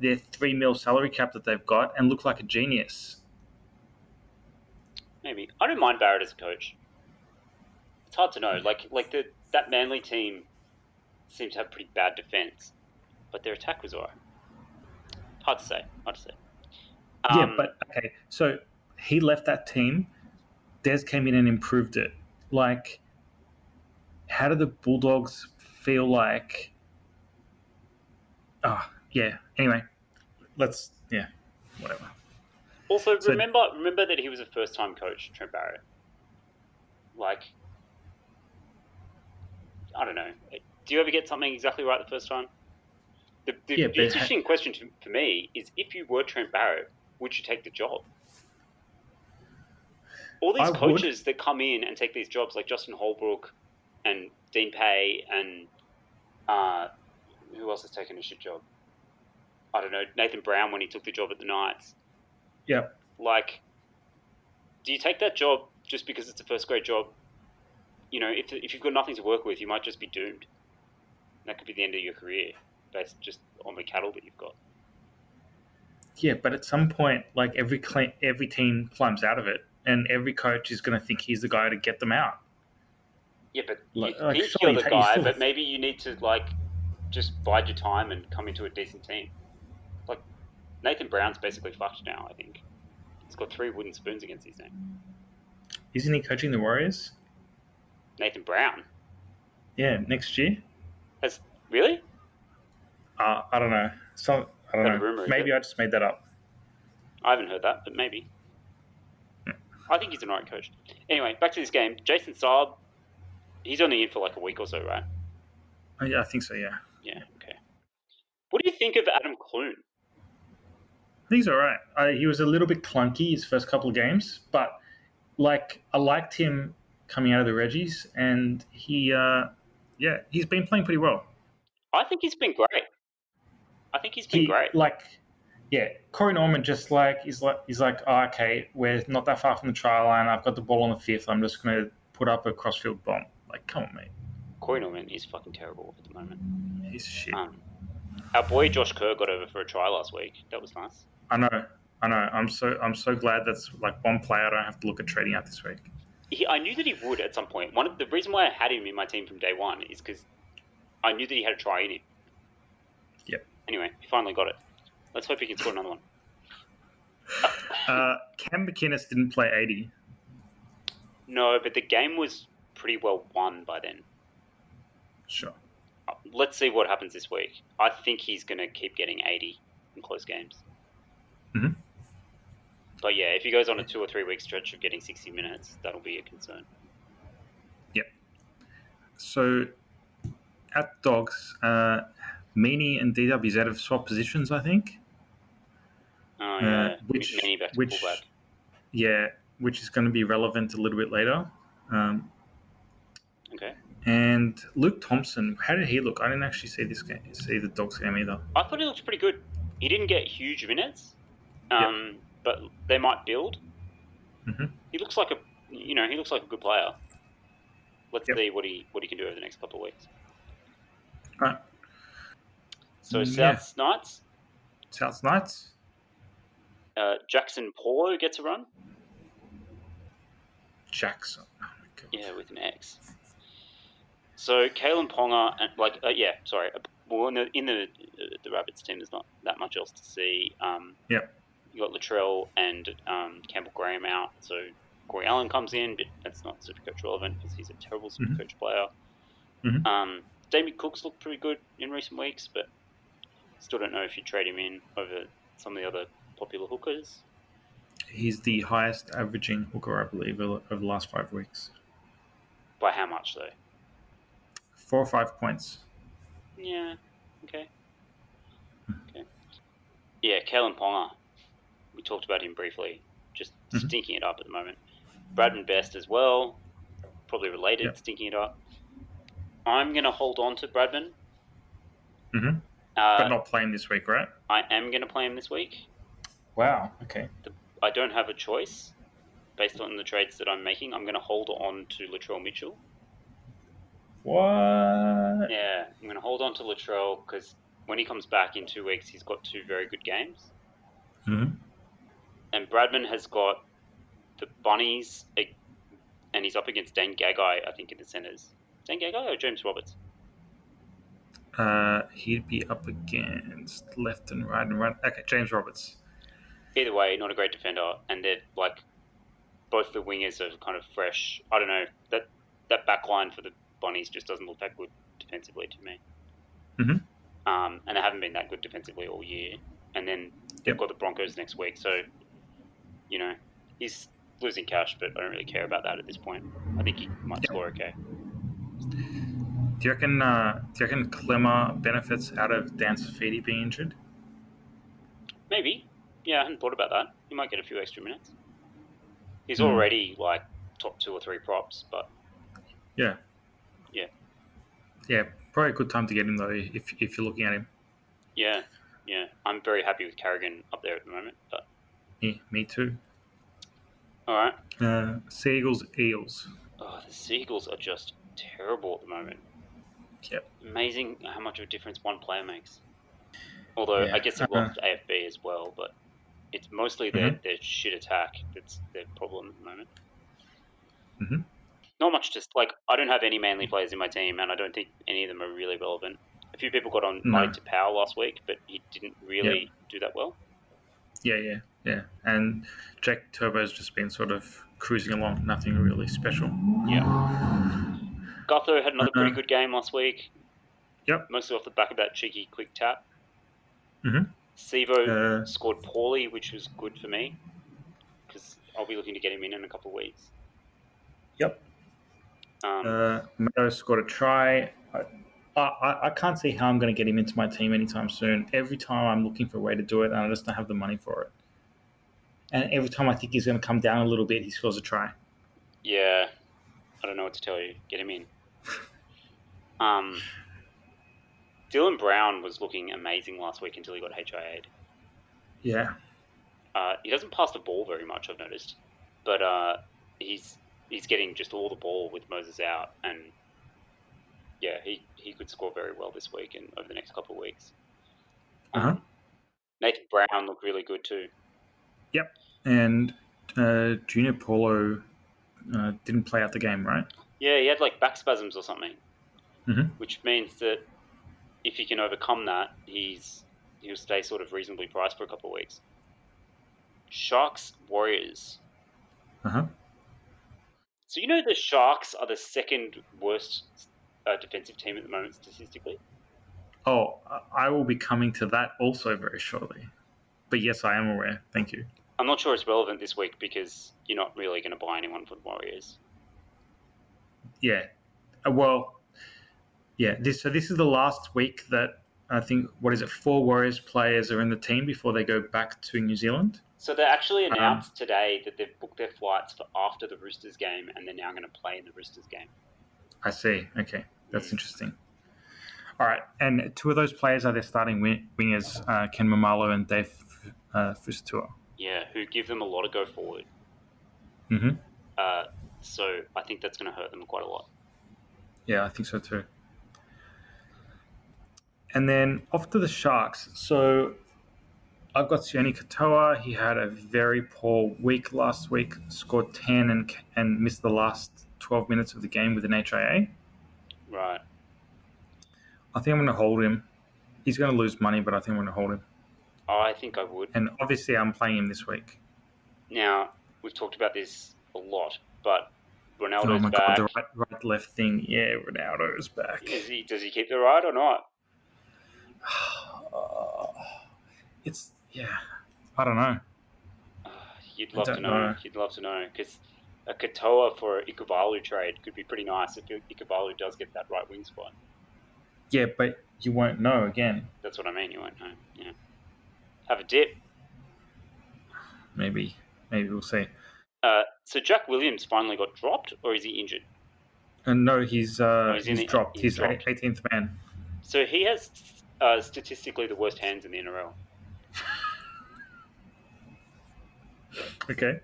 Speaker 1: their three mil salary cap that they've got, and look like a genius.
Speaker 2: Maybe I don't mind Barrett as a coach. It's hard to know. Like like the that Manly team seemed to have pretty bad defense, but their attack was alright. Hard to say. Hard to say. Um,
Speaker 1: yeah, but okay. So he left that team. Des came in and improved it. Like, how do the Bulldogs feel like? Oh, yeah. Anyway, let's, yeah, whatever.
Speaker 2: also
Speaker 1: so-
Speaker 2: remember remember that he was a first time coach, Trent Barrett. Like I don't know. Do you ever get something exactly right the first time? The, the,
Speaker 1: Yeah,
Speaker 2: the
Speaker 1: but it ha-
Speaker 2: interesting question to, for me is if you were Trent Barrett, would you take the job? all these
Speaker 1: I would-
Speaker 2: coaches that come in and take these jobs, like Justin Holbrook and Dean Pay and uh, who else has taken a shit job? I don't know. Nathan Brown when he took the job at the Knights.
Speaker 1: Yeah.
Speaker 2: Like, do you take that job just because it's a first grade job? You know, if, if you've got nothing to work with, you might just be doomed. That could be the end of your career, based just on the cattle that you've got.
Speaker 1: Yeah, but at some point, like every cl- every team climbs out of it, and every coach is going to think he's the guy to get them out.
Speaker 2: Yeah, but
Speaker 1: Like-
Speaker 2: you
Speaker 1: like,
Speaker 2: think
Speaker 1: surely
Speaker 2: you're the
Speaker 1: ta- you
Speaker 2: guy,
Speaker 1: still-
Speaker 2: but maybe you need to like just bide your time and come into a decent team. Like Nathan Brown's basically fucked now. I think he's got three wooden spoons against his name.
Speaker 1: Isn't he coaching the Warriors?
Speaker 2: Nathan Brown,
Speaker 1: Yeah, next year.
Speaker 2: that's really
Speaker 1: Uh, I don't know. Some I don't
Speaker 2: Got a
Speaker 1: know.
Speaker 2: rumor, is
Speaker 1: Maybe I just made that up.
Speaker 2: I haven't heard that, but maybe. I think he's an alright coach. Anyway, back to this game. Jason Saab, he's only in for like a week or so, right?
Speaker 1: Oh, yeah, I think so. Yeah,
Speaker 2: Yeah. Okay. What do you think of Adam Clune?
Speaker 1: I think he's all right. I, he was a little bit clunky his first couple of games, but like I liked him coming out of the Reggies, and he, uh, yeah, he's been playing pretty well.
Speaker 2: I think he's been great. I think he's been
Speaker 1: he
Speaker 2: great.
Speaker 1: like yeah corey norman just like is like he's like oh, okay we're not that far from the try line i've got the ball on the fifth i'm just going to put up a crossfield bomb like come on mate
Speaker 2: Corey Norman is fucking terrible at the moment.
Speaker 1: he's shit
Speaker 2: Um, our boy Josh Kerr got over for a try last week. That was nice.
Speaker 1: i know i know i'm so i'm so glad that's like one player i don't have to look at trading out this week
Speaker 2: He, I knew that he would at some point. One of the reason why I had him in my team from day one is because I knew that he had a try in him.
Speaker 1: Yep.
Speaker 2: Anyway, he finally got it. Let's hope he can score another one.
Speaker 1: uh cam mckinnis didn't play 80
Speaker 2: No, but the game was pretty well won by then.
Speaker 1: sure
Speaker 2: Uh, Let's see what happens this week. I think he's going to keep getting 80 in close games.
Speaker 1: Mhm.
Speaker 2: But yeah, if he goes on a two or three week stretch of getting 60 minutes, that'll be a concern.
Speaker 1: so at dogs uh meany and dwz have swapped positions i think
Speaker 2: Oh,
Speaker 1: Uh,
Speaker 2: yeah.
Speaker 1: which-
Speaker 2: Many back to
Speaker 1: which-
Speaker 2: fullback.
Speaker 1: yeah which is going to be relevant a little bit later um
Speaker 2: Okay.
Speaker 1: And Luke Thompson, how did he look? I didn't actually see this game, see the Dogs game either.
Speaker 2: I thought he looked pretty good. He didn't get huge minutes, um, but they might build.
Speaker 1: Mhm.
Speaker 2: He looks like a, you know, he looks like a good player. Let's
Speaker 1: Yep.
Speaker 2: see what he what he can do over the next couple of weeks.
Speaker 1: Right.
Speaker 2: So
Speaker 1: Yeah.
Speaker 2: South Knights,
Speaker 1: South Knights.
Speaker 2: uh, Jackson Paulo gets a run.
Speaker 1: Jackson. Oh my god.
Speaker 2: Yeah, with an X. So Kalen Ponga and like uh, yeah, sorry. Well, in the in the, uh, the Rabbits team, there's not that much else to see. Um,
Speaker 1: Yep.
Speaker 2: You got Latrell and um, Campbell Graham out, so Corey Allen comes in, but that's not Supercoach relevant because he's a terrible Supercoach player.
Speaker 1: Mhm.
Speaker 2: Um, Damien Cook's looked pretty good in recent weeks, but still don't know if you trade him in over some of the other popular hookers.
Speaker 1: He's the highest averaging hooker, I believe, over over the last five weeks.
Speaker 2: By how much though?
Speaker 1: Four or five points.
Speaker 2: Yeah. Okay.
Speaker 1: Hmm.
Speaker 2: Okay. Yeah, Kalen Ponga. We talked about him briefly. Just
Speaker 1: Mhm.
Speaker 2: stinking it up at the moment. Bradman Best as well. Probably related,
Speaker 1: Yep.
Speaker 2: stinking it up. I'm going to hold on to Bradman.
Speaker 1: Mhm.
Speaker 2: Uh,
Speaker 1: but not playing this week, right?
Speaker 2: I am going to play him this week.
Speaker 1: Wow. Okay.
Speaker 2: I don't have a choice. Based on the trades that I'm making, I'm going to hold on to Latrell Mitchell.
Speaker 1: What?
Speaker 2: Yeah, I'm going to hold on to Latrell because when he comes back in two weeks, he's got two very good games. Mm-hmm.
Speaker 1: Mhm.
Speaker 2: And Bradman has got the Bunnies, ag- and he's up against Dan Gagai, I think, in the centres. Dan Gagai or James Roberts?
Speaker 1: Uh, he'd be up against left and right and right. Okay, James Roberts.
Speaker 2: Either way, not a great defender, and they're like both the wingers are kind of fresh. I don't know that that back line for the Bunnies just doesn't look that good defensively to me.
Speaker 1: Mhm.
Speaker 2: Um, and they haven't been that good defensively all year. And then they've
Speaker 1: Yep.
Speaker 2: got the Broncos next week, so you know he's losing cash, but I don't really care about that at this point. I think he might
Speaker 1: Yep.
Speaker 2: score okay.
Speaker 1: Do you reckon? Uh, do you reckon Clemmer benefits out of Dan Safidi being injured?
Speaker 2: Maybe. Yeah, I hadn't thought about that. You might get a few extra minutes. He's
Speaker 1: Hmm.
Speaker 2: already like top two or three props, but
Speaker 1: Yeah.
Speaker 2: Yeah.
Speaker 1: Yeah. Probably a good time to get him though if if you're looking at him.
Speaker 2: yeah, yeah, I'm very happy with Carrigan up there at the moment. But
Speaker 1: Yeah, me too.
Speaker 2: all right,
Speaker 1: Uh, Seagulls, eels.
Speaker 2: oh, the Seagulls are just terrible at the moment.
Speaker 1: Yep.
Speaker 2: Amazing how much of a difference one player makes. Although
Speaker 1: Yeah,
Speaker 2: I guess it
Speaker 1: uh-huh. Mm-hmm.
Speaker 2: lost AFB as well, but it's mostly their, their shit attack that's their problem at the moment.
Speaker 1: Mhm.
Speaker 2: Not much, just like I don't have any Manly players in my team, and I don't think any of them are really relevant. A few people got on
Speaker 1: No.
Speaker 2: like to Power last week, but he didn't really do that well.
Speaker 1: Yeah, yeah, yeah. And Jack Turbo's just been sort of cruising along, nothing really special.
Speaker 2: Yeah. Gutho had another pretty
Speaker 1: Uh-uh.
Speaker 2: good game last week.
Speaker 1: Yep.
Speaker 2: Mostly off the back of that cheeky quick tap.
Speaker 1: Mhm.
Speaker 2: Sevo
Speaker 1: Uh,
Speaker 2: scored poorly, which was good for me because I'll be looking to get him in in a couple of weeks.
Speaker 1: Yep.
Speaker 2: Um,
Speaker 1: uh, Meadow scored a try. I, I, I can't see how I'm going to get him into my team anytime soon. Every time I'm looking for a way to do it, and I just don't have the money for it. And every time I think he's going to come down a little bit, he scores a try.
Speaker 2: yeah. I don't know what to tell you. Get him in. um, Dylan Brown was looking amazing last week until he got HIA'd.
Speaker 1: Yeah,
Speaker 2: Uh, he doesn't pass the ball very much, I've noticed, but uh, he's he's getting just all the ball with Moses out, and yeah, he, he could score very well this week and over the next couple of weeks. Um,
Speaker 1: Uh-huh.
Speaker 2: Nathan Brown looked really good too.
Speaker 1: and uh, Junior Paulo uh, didn't play out the game, right?
Speaker 2: Yeah, he had like back spasms or something,
Speaker 1: Mhm.
Speaker 2: which means that if he can overcome that, he's he'll stay sort of reasonably priced for a couple of weeks. Sharks Warriors.
Speaker 1: Uh huh.
Speaker 2: So you know the Sharks are the second worst uh, defensive team at the moment statistically.
Speaker 1: Oh, I- I will be coming to that also very shortly. But yes, I am aware. Thank you.
Speaker 2: I'm not sure it's relevant this week because you're not really going to buy anyone for the Warriors.
Speaker 1: Yeah. Uh, Well, yeah. This, so this is the last week that I think what is it? Four Warriors players are in the team before they go back to New Zealand.
Speaker 2: So they actually
Speaker 1: Um,
Speaker 2: announced today that they've booked their flights for after the Roosters game, and they're now going to play in the Roosters game.
Speaker 1: I see. Okay, that's
Speaker 2: Mm.
Speaker 1: interesting. All right, and two of those players are their starting win- wingers, uh, Ken Mamalo and Dave uh, Fusatua.
Speaker 2: Yeah, who give them a lot of go forward.
Speaker 1: Mhm.
Speaker 2: Uh, so I think that's going to hurt them quite a lot.
Speaker 1: Yeah, I think so too. And then off to the Sharks. So I've got Sione Katoa. He had a very poor week last week, scored 10 and, and missed the last 12 minutes of the game with an HIA.
Speaker 2: Right.
Speaker 1: I think I'm going to hold him. He's going to lose money, but I think I'm going to hold him.
Speaker 2: I think I would.
Speaker 1: And obviously, I'm playing him this week.
Speaker 2: Now we've talked about this a lot, but Ronaldo's
Speaker 1: oh my God,
Speaker 2: back.
Speaker 1: the right, right left thing. Yeah, Ronaldo's back.
Speaker 2: Is he? Does he keep the ride or not?
Speaker 1: it's, yeah, I don't know.
Speaker 2: You'd
Speaker 1: I
Speaker 2: love to
Speaker 1: don't
Speaker 2: know.
Speaker 1: know.
Speaker 2: You'd love to know because a Katoa for a Ikebalu trade could be pretty nice if Ikebalu does get that right wing spot.
Speaker 1: Yeah, but you won't know again.
Speaker 2: That's what I mean. You won't know. Yeah. Have a dip.
Speaker 1: Maybe, maybe we'll see.
Speaker 2: Uh, so Jack Williams finally got dropped, or is he injured?
Speaker 1: And no, he's uh,
Speaker 2: Oh, he's
Speaker 1: he's,
Speaker 2: in the-
Speaker 1: dropped.
Speaker 2: he's
Speaker 1: He's,
Speaker 2: dropped.
Speaker 1: eighteenth man.
Speaker 2: So he has uh, statistically the worst hands in the NRL.
Speaker 1: Okay,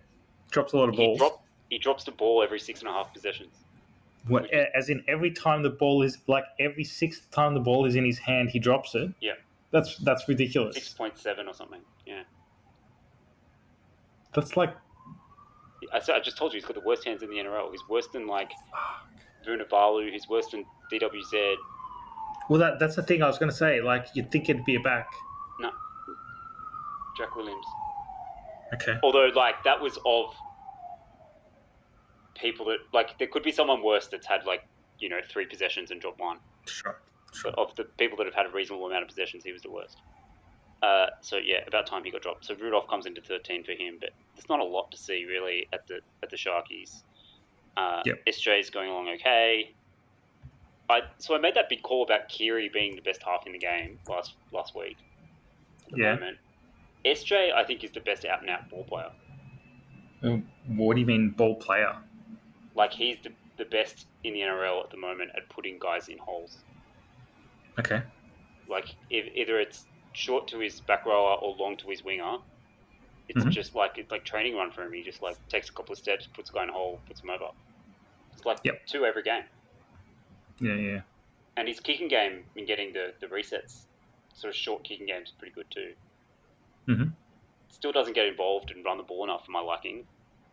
Speaker 1: drops a lot of
Speaker 2: He,
Speaker 1: balls.
Speaker 2: drop, he drops the ball every six and a half possessions.
Speaker 1: What, a- as in, every time the ball is like every sixth time the ball is in his hand, he drops it.
Speaker 2: Yeah.
Speaker 1: that's that's ridiculous.
Speaker 2: Six point seven or something. Yeah.
Speaker 1: That's like
Speaker 2: I, so I just told you he's got the worst hands in the NRL. He's worse than like Vunivalu. He's worse than DWZ.
Speaker 1: well, that that's the thing I was going to say. Like you'd think it'd be a back.
Speaker 2: No. Jack Williams.
Speaker 1: Okay.
Speaker 2: Although, like, that was of people that, like, there could be someone worse that's had, like, you know, three possessions and dropped one.
Speaker 1: Sure.
Speaker 2: But of the people that have had a reasonable amount of possessions, he was the worst. Uh, so, yeah, about time he got dropped. So Rudolph comes into 13 for him, but there's not a lot to see, really, at the at the Sharkies. Uh,
Speaker 1: Yep.
Speaker 2: SJ's going along okay. I, so I made that big call about Kiri being the best half in the game last last week at the
Speaker 1: Yeah.
Speaker 2: moment. SJ, I think, is the best out and out ball player.
Speaker 1: Um, What do you mean, ball player?
Speaker 2: Like he's the, the best in the NRL at the moment at putting guys in holes.
Speaker 1: Okay.
Speaker 2: Like if, either it's short to his back rower or long to his winger. It's
Speaker 1: Mhm.
Speaker 2: just like it's like training run for him. He just like takes a couple of steps, puts a guy in a hole, puts him over. It's like
Speaker 1: Yep.
Speaker 2: two every game.
Speaker 1: Yeah, yeah.
Speaker 2: And his kicking game in getting the, the resets, sort of short kicking game is pretty good too.
Speaker 1: Mhm.
Speaker 2: Still doesn't get involved and run the ball enough for my liking,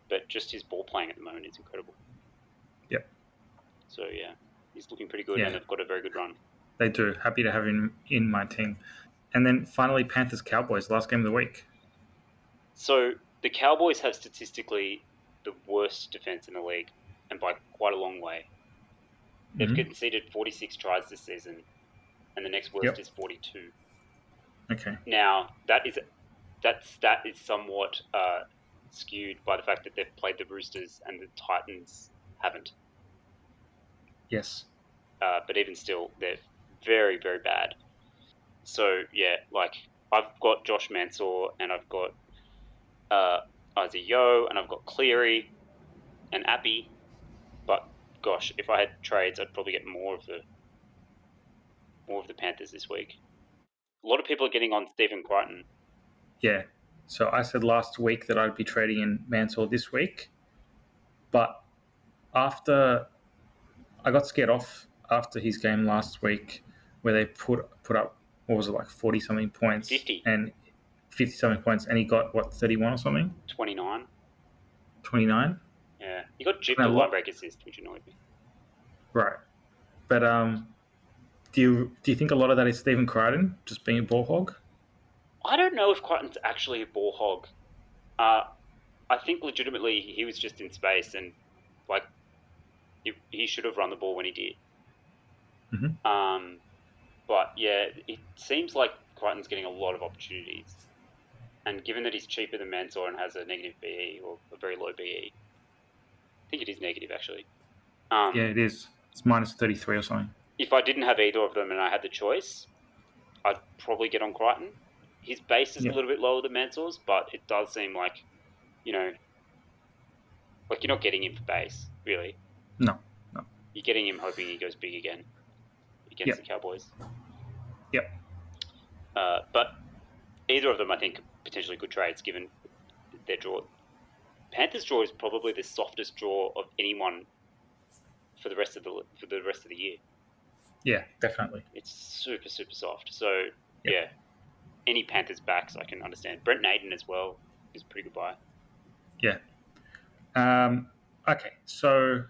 Speaker 2: but just his ball playing at the moment is incredible.
Speaker 1: Yep.
Speaker 2: So yeah, he's looking pretty good
Speaker 1: Yeah.
Speaker 2: and they've got a very good run.
Speaker 1: They do. Happy to have him in my team. And then finally, Panthers Cowboys, last game of the week.
Speaker 2: So the Cowboys have statistically the worst defense in the league, and by quite a long way. They've
Speaker 1: Mhm.
Speaker 2: conceded 46 tries this season, and the next worst
Speaker 1: Yep.
Speaker 2: is 42.
Speaker 1: Okay.
Speaker 2: Now that is that stat is somewhat uh, skewed by the fact that they've played the Roosters and the Titans haven't.
Speaker 1: Yes.
Speaker 2: Uh, but even still, they're very very bad. So yeah, like I've got Josh Mansour and I've got uh, Isaac Yo and I've got Cleary and Appy. But gosh, if I had trades, I'd probably get more of the more of the Panthers this week. A lot of people are getting on Stephen Crichton.
Speaker 1: Yeah. So I said last week that I'd be trading in Mansour this week, but after I got scared off after his game last week, where they put put up what was it like forty something points,
Speaker 2: 50.
Speaker 1: and fifty something points, and he got what thirty one or something,
Speaker 2: 29.
Speaker 1: twenty nine,
Speaker 2: Yeah. You got gypped
Speaker 1: No,
Speaker 2: with
Speaker 1: what-
Speaker 2: line break assist, which annoyed me.
Speaker 1: right? But um, do you do you think a lot of that is Stephen Crichton just being a ball hog?
Speaker 2: I don't know if Crichton's actually a ball hog. Uh, I think legitimately he was just in space and, like, he, he should have run the ball when he did.
Speaker 1: Mhm.
Speaker 2: Um, but yeah, it seems like Crichton's getting a lot of opportunities. And given that he's cheaper than Mansour and has a negative BE or a very low BE, I think it is negative actually. Um,
Speaker 1: Yeah, it is. It's minus thirty three or something.
Speaker 2: if I didn't have either of them and I had the choice, I'd probably get on Crichton. His base is
Speaker 1: Yeah.
Speaker 2: a little bit lower than Mansour's, but it does seem like, you know, like you're not getting him for base, really.
Speaker 1: No, no.
Speaker 2: You're getting him hoping he goes big again against
Speaker 1: Yep.
Speaker 2: the Cowboys.
Speaker 1: Yep.
Speaker 2: Uh, but either of them, I think, potentially good trades given their draw. Panthers' draw is probably the softest draw of anyone for the rest of the for the rest of the year
Speaker 1: Yeah, definitely.
Speaker 2: it's super super soft. So yeah, any Panthers backs I can understand. Brent Naden as well is a pretty good buy.
Speaker 1: Um, okay, so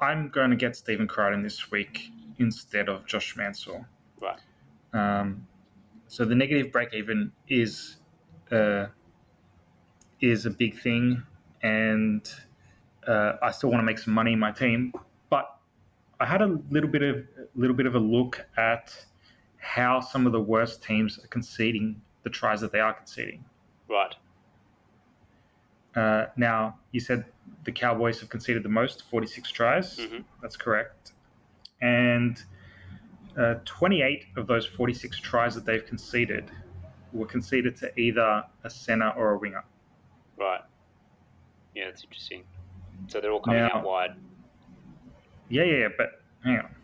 Speaker 1: I'm going to get Stephen Crichton this week instead of Josh Mansell.
Speaker 2: Right.
Speaker 1: Um, so the negative break even is uh, is a big thing, and uh, I still want to make some money in my team. But I had a little bit of little bit of a look at how some of the worst teams are conceding the tries that they are conceding.
Speaker 2: Right.
Speaker 1: Uh, now, you said the Cowboys have conceded the most, 46 tries.
Speaker 2: Mhm.
Speaker 1: That's correct. And uh, 28 of those 46 tries that they've conceded were conceded to either a center or a winger.
Speaker 2: Right. Yeah, that's interesting. So they're all coming
Speaker 1: Now-
Speaker 2: out wide.
Speaker 1: Yeah, yeah, yeah, but hang on.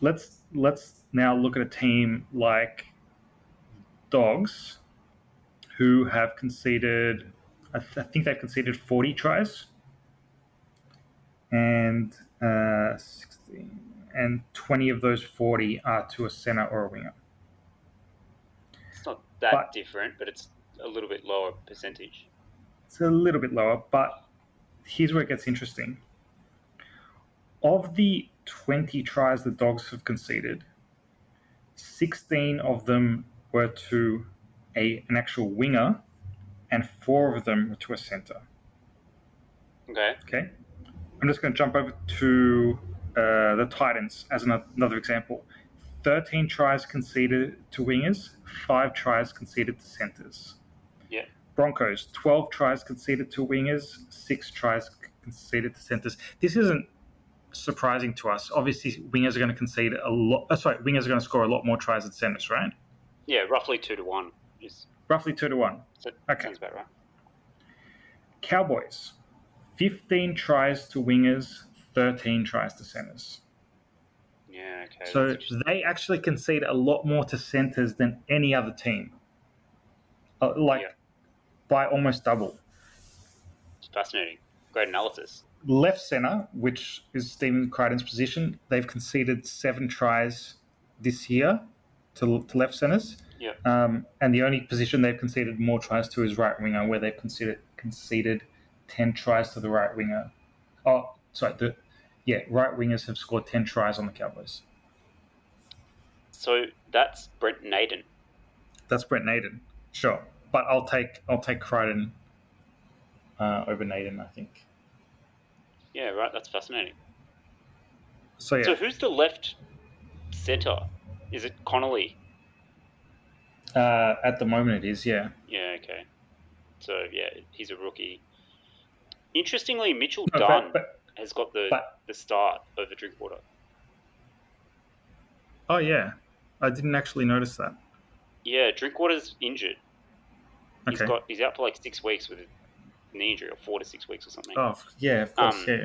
Speaker 1: Let's let's now look at a team like Dogs, who have conceded. I, th- I think they've conceded forty tries, and uh, sixteen, and twenty of those forty are to a center or a winger.
Speaker 2: It's not that
Speaker 1: But-
Speaker 2: different, but it's a little bit lower percentage.
Speaker 1: It's a little bit lower, but here's where it gets interesting. Of the 20 tries the dogs have conceded, 16 of them were to a, an actual winger, and four of them were to a center.
Speaker 2: Okay.
Speaker 1: Okay. I'm just going to jump over to uh, the Titans as ano- another example. 13 tries conceded to wingers, five tries conceded to centers.
Speaker 2: Yeah.
Speaker 1: Broncos, 12 tries conceded to wingers, six tries c- conceded to centers. This isn't surprising to us. Obviously, wingers are going to concede a lot. Uh, sorry, wingers are going to score a lot more tries than centers, right?
Speaker 2: Yeah, roughly two to one. Is
Speaker 1: Roughly two to one.
Speaker 2: that
Speaker 1: Okay.
Speaker 2: sounds about right?
Speaker 1: Cowboys, 15 tries to wingers, 13 tries to centers.
Speaker 2: Yeah, okay.
Speaker 1: So
Speaker 2: that's interesting.
Speaker 1: they actually concede a lot more to centers than any other team, uh, like
Speaker 2: Yeah.
Speaker 1: by almost double.
Speaker 2: It's fascinating. Great analysis.
Speaker 1: Left center, which is Stephen Crichton's position, they've conceded seven tries this year to, to left centers.
Speaker 2: Yeah.
Speaker 1: Um, and the only position they've conceded more tries to is right winger, where they've conceded conceded ten tries to the right winger. Oh, sorry, the yeah, right wingers have scored ten tries on the Cowboys.
Speaker 2: So that's Brent Naden.
Speaker 1: That's Brent Naden, sure, but I'll take I'll take Crichton uh, over Naden, I think.
Speaker 2: Yeah, right. That's fascinating.
Speaker 1: So yeah,
Speaker 2: So who's the left center? Is it Connolly?
Speaker 1: uh, at the moment it is yeah.
Speaker 2: Yeah, okay. So yeah, he's a rookie. Interestingly, Mitchell
Speaker 1: No,
Speaker 2: Dunn
Speaker 1: but, but
Speaker 2: has got the
Speaker 1: but-
Speaker 2: the start over Drinkwater.
Speaker 1: oh yeah, I didn't actually notice that.
Speaker 2: Yeah, Drinkwater's injured. He's
Speaker 1: Okay.
Speaker 2: got he's out for like six weeks with a knee injury, or four to six weeks or something.
Speaker 1: Oh yeah, of course
Speaker 2: Um,
Speaker 1: yeah.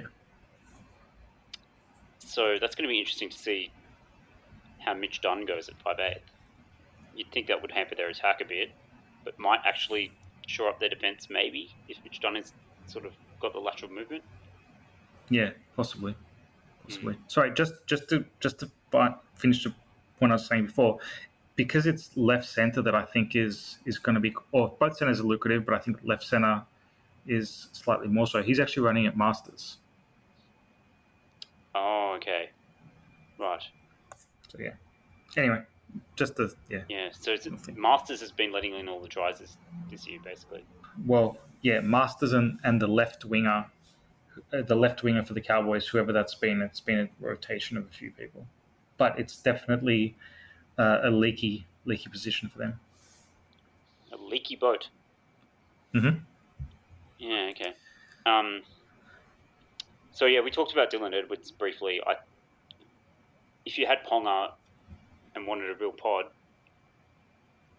Speaker 2: So that's going to be interesting to see how Mitch Dunn goes at five eight. You'd think that would hamper their attack a bit, but might actually shore up their defense maybe if Mitch Dunn has sort of got the lateral movement.
Speaker 1: Yeah, possibly, possibly.
Speaker 2: mm.
Speaker 1: Sorry, just just to just to fi- finish the point I was saying before, because it's left center that I think is is going to be, or both centers are lucrative, but I think left center is slightly more so. He's actually running at Masters,
Speaker 2: Oh, okay, right.
Speaker 1: so yeah. Anyway, just to yeah,
Speaker 2: Yeah, so it's,
Speaker 1: Nothing.
Speaker 2: Masters has been letting in all the tries this, this year, basically.
Speaker 1: well, yeah, Masters and and the left winger, uh, the left winger for the Cowboys, whoever that's been, it's been a rotation of a few people, but it's definitely uh, a leaky leaky position for them.
Speaker 2: A leaky boat.
Speaker 1: Mm-hmm.
Speaker 2: Yeah, okay. Um, so, yeah, we talked about Dylan Edwards briefly. I, if you had Ponga and wanted a real pod,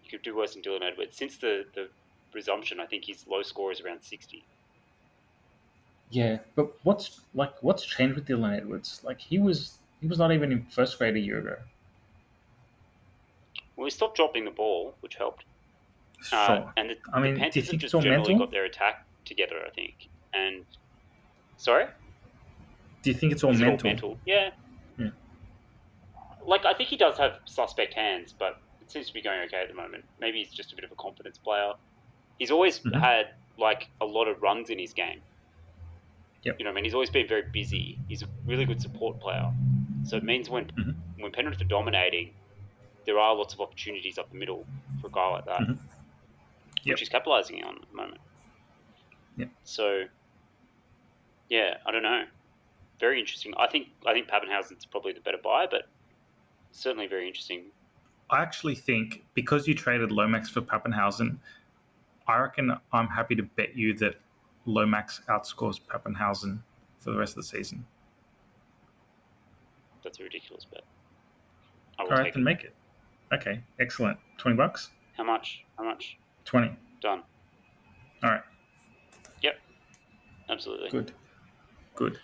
Speaker 2: you could do worse than Dylan Edwards. Since the, the resumption, I think his low score is around 60.
Speaker 1: Yeah, but what's like what's changed with Dylan Edwards? Like he was he was not even in first grade a year ago.
Speaker 2: Well, he stopped dropping the ball, which helped. Uh, And the,
Speaker 1: I mean,
Speaker 2: the
Speaker 1: do you
Speaker 2: Panthers have
Speaker 1: think
Speaker 2: just
Speaker 1: it's all
Speaker 2: generally
Speaker 1: mental?
Speaker 2: got their attack together, I think. And, sorry?
Speaker 1: Do you think it's all
Speaker 2: Is it all
Speaker 1: mental? Hmm.
Speaker 2: Yeah.
Speaker 1: Yeah.
Speaker 2: Like I think he does have suspect hands, but it seems to be going okay at the moment. Maybe he's just a bit of a confidence player. He's always
Speaker 1: Mhm.
Speaker 2: had like a lot of runs in his game.
Speaker 1: Yep.
Speaker 2: You know, what I mean, he's always been very busy. He's a really good support player, so it means when
Speaker 1: Mhm.
Speaker 2: when Penrith are dominating, there are lots of opportunities up the middle for a guy like that,
Speaker 1: Mhm. Yep.
Speaker 2: which he's capitalizing on at the moment.
Speaker 1: Yep.
Speaker 2: So, yeah, I don't know very interesting. I think I think Pappenhausen's probably the better buy, but certainly very interesting.
Speaker 1: I actually think because you traded Lomax for Pappenhausen, I reckon I'm happy to bet you that Lomax outscores Pappenhausen for the rest of the season.
Speaker 2: That's a ridiculous bet. I will
Speaker 1: All right,
Speaker 2: take
Speaker 1: then
Speaker 2: it.
Speaker 1: make it. Okay, excellent. Twenty bucks.
Speaker 2: How much? How much?
Speaker 1: Twenty.
Speaker 2: Done.
Speaker 1: All right,
Speaker 2: Absolutely.
Speaker 1: good, good.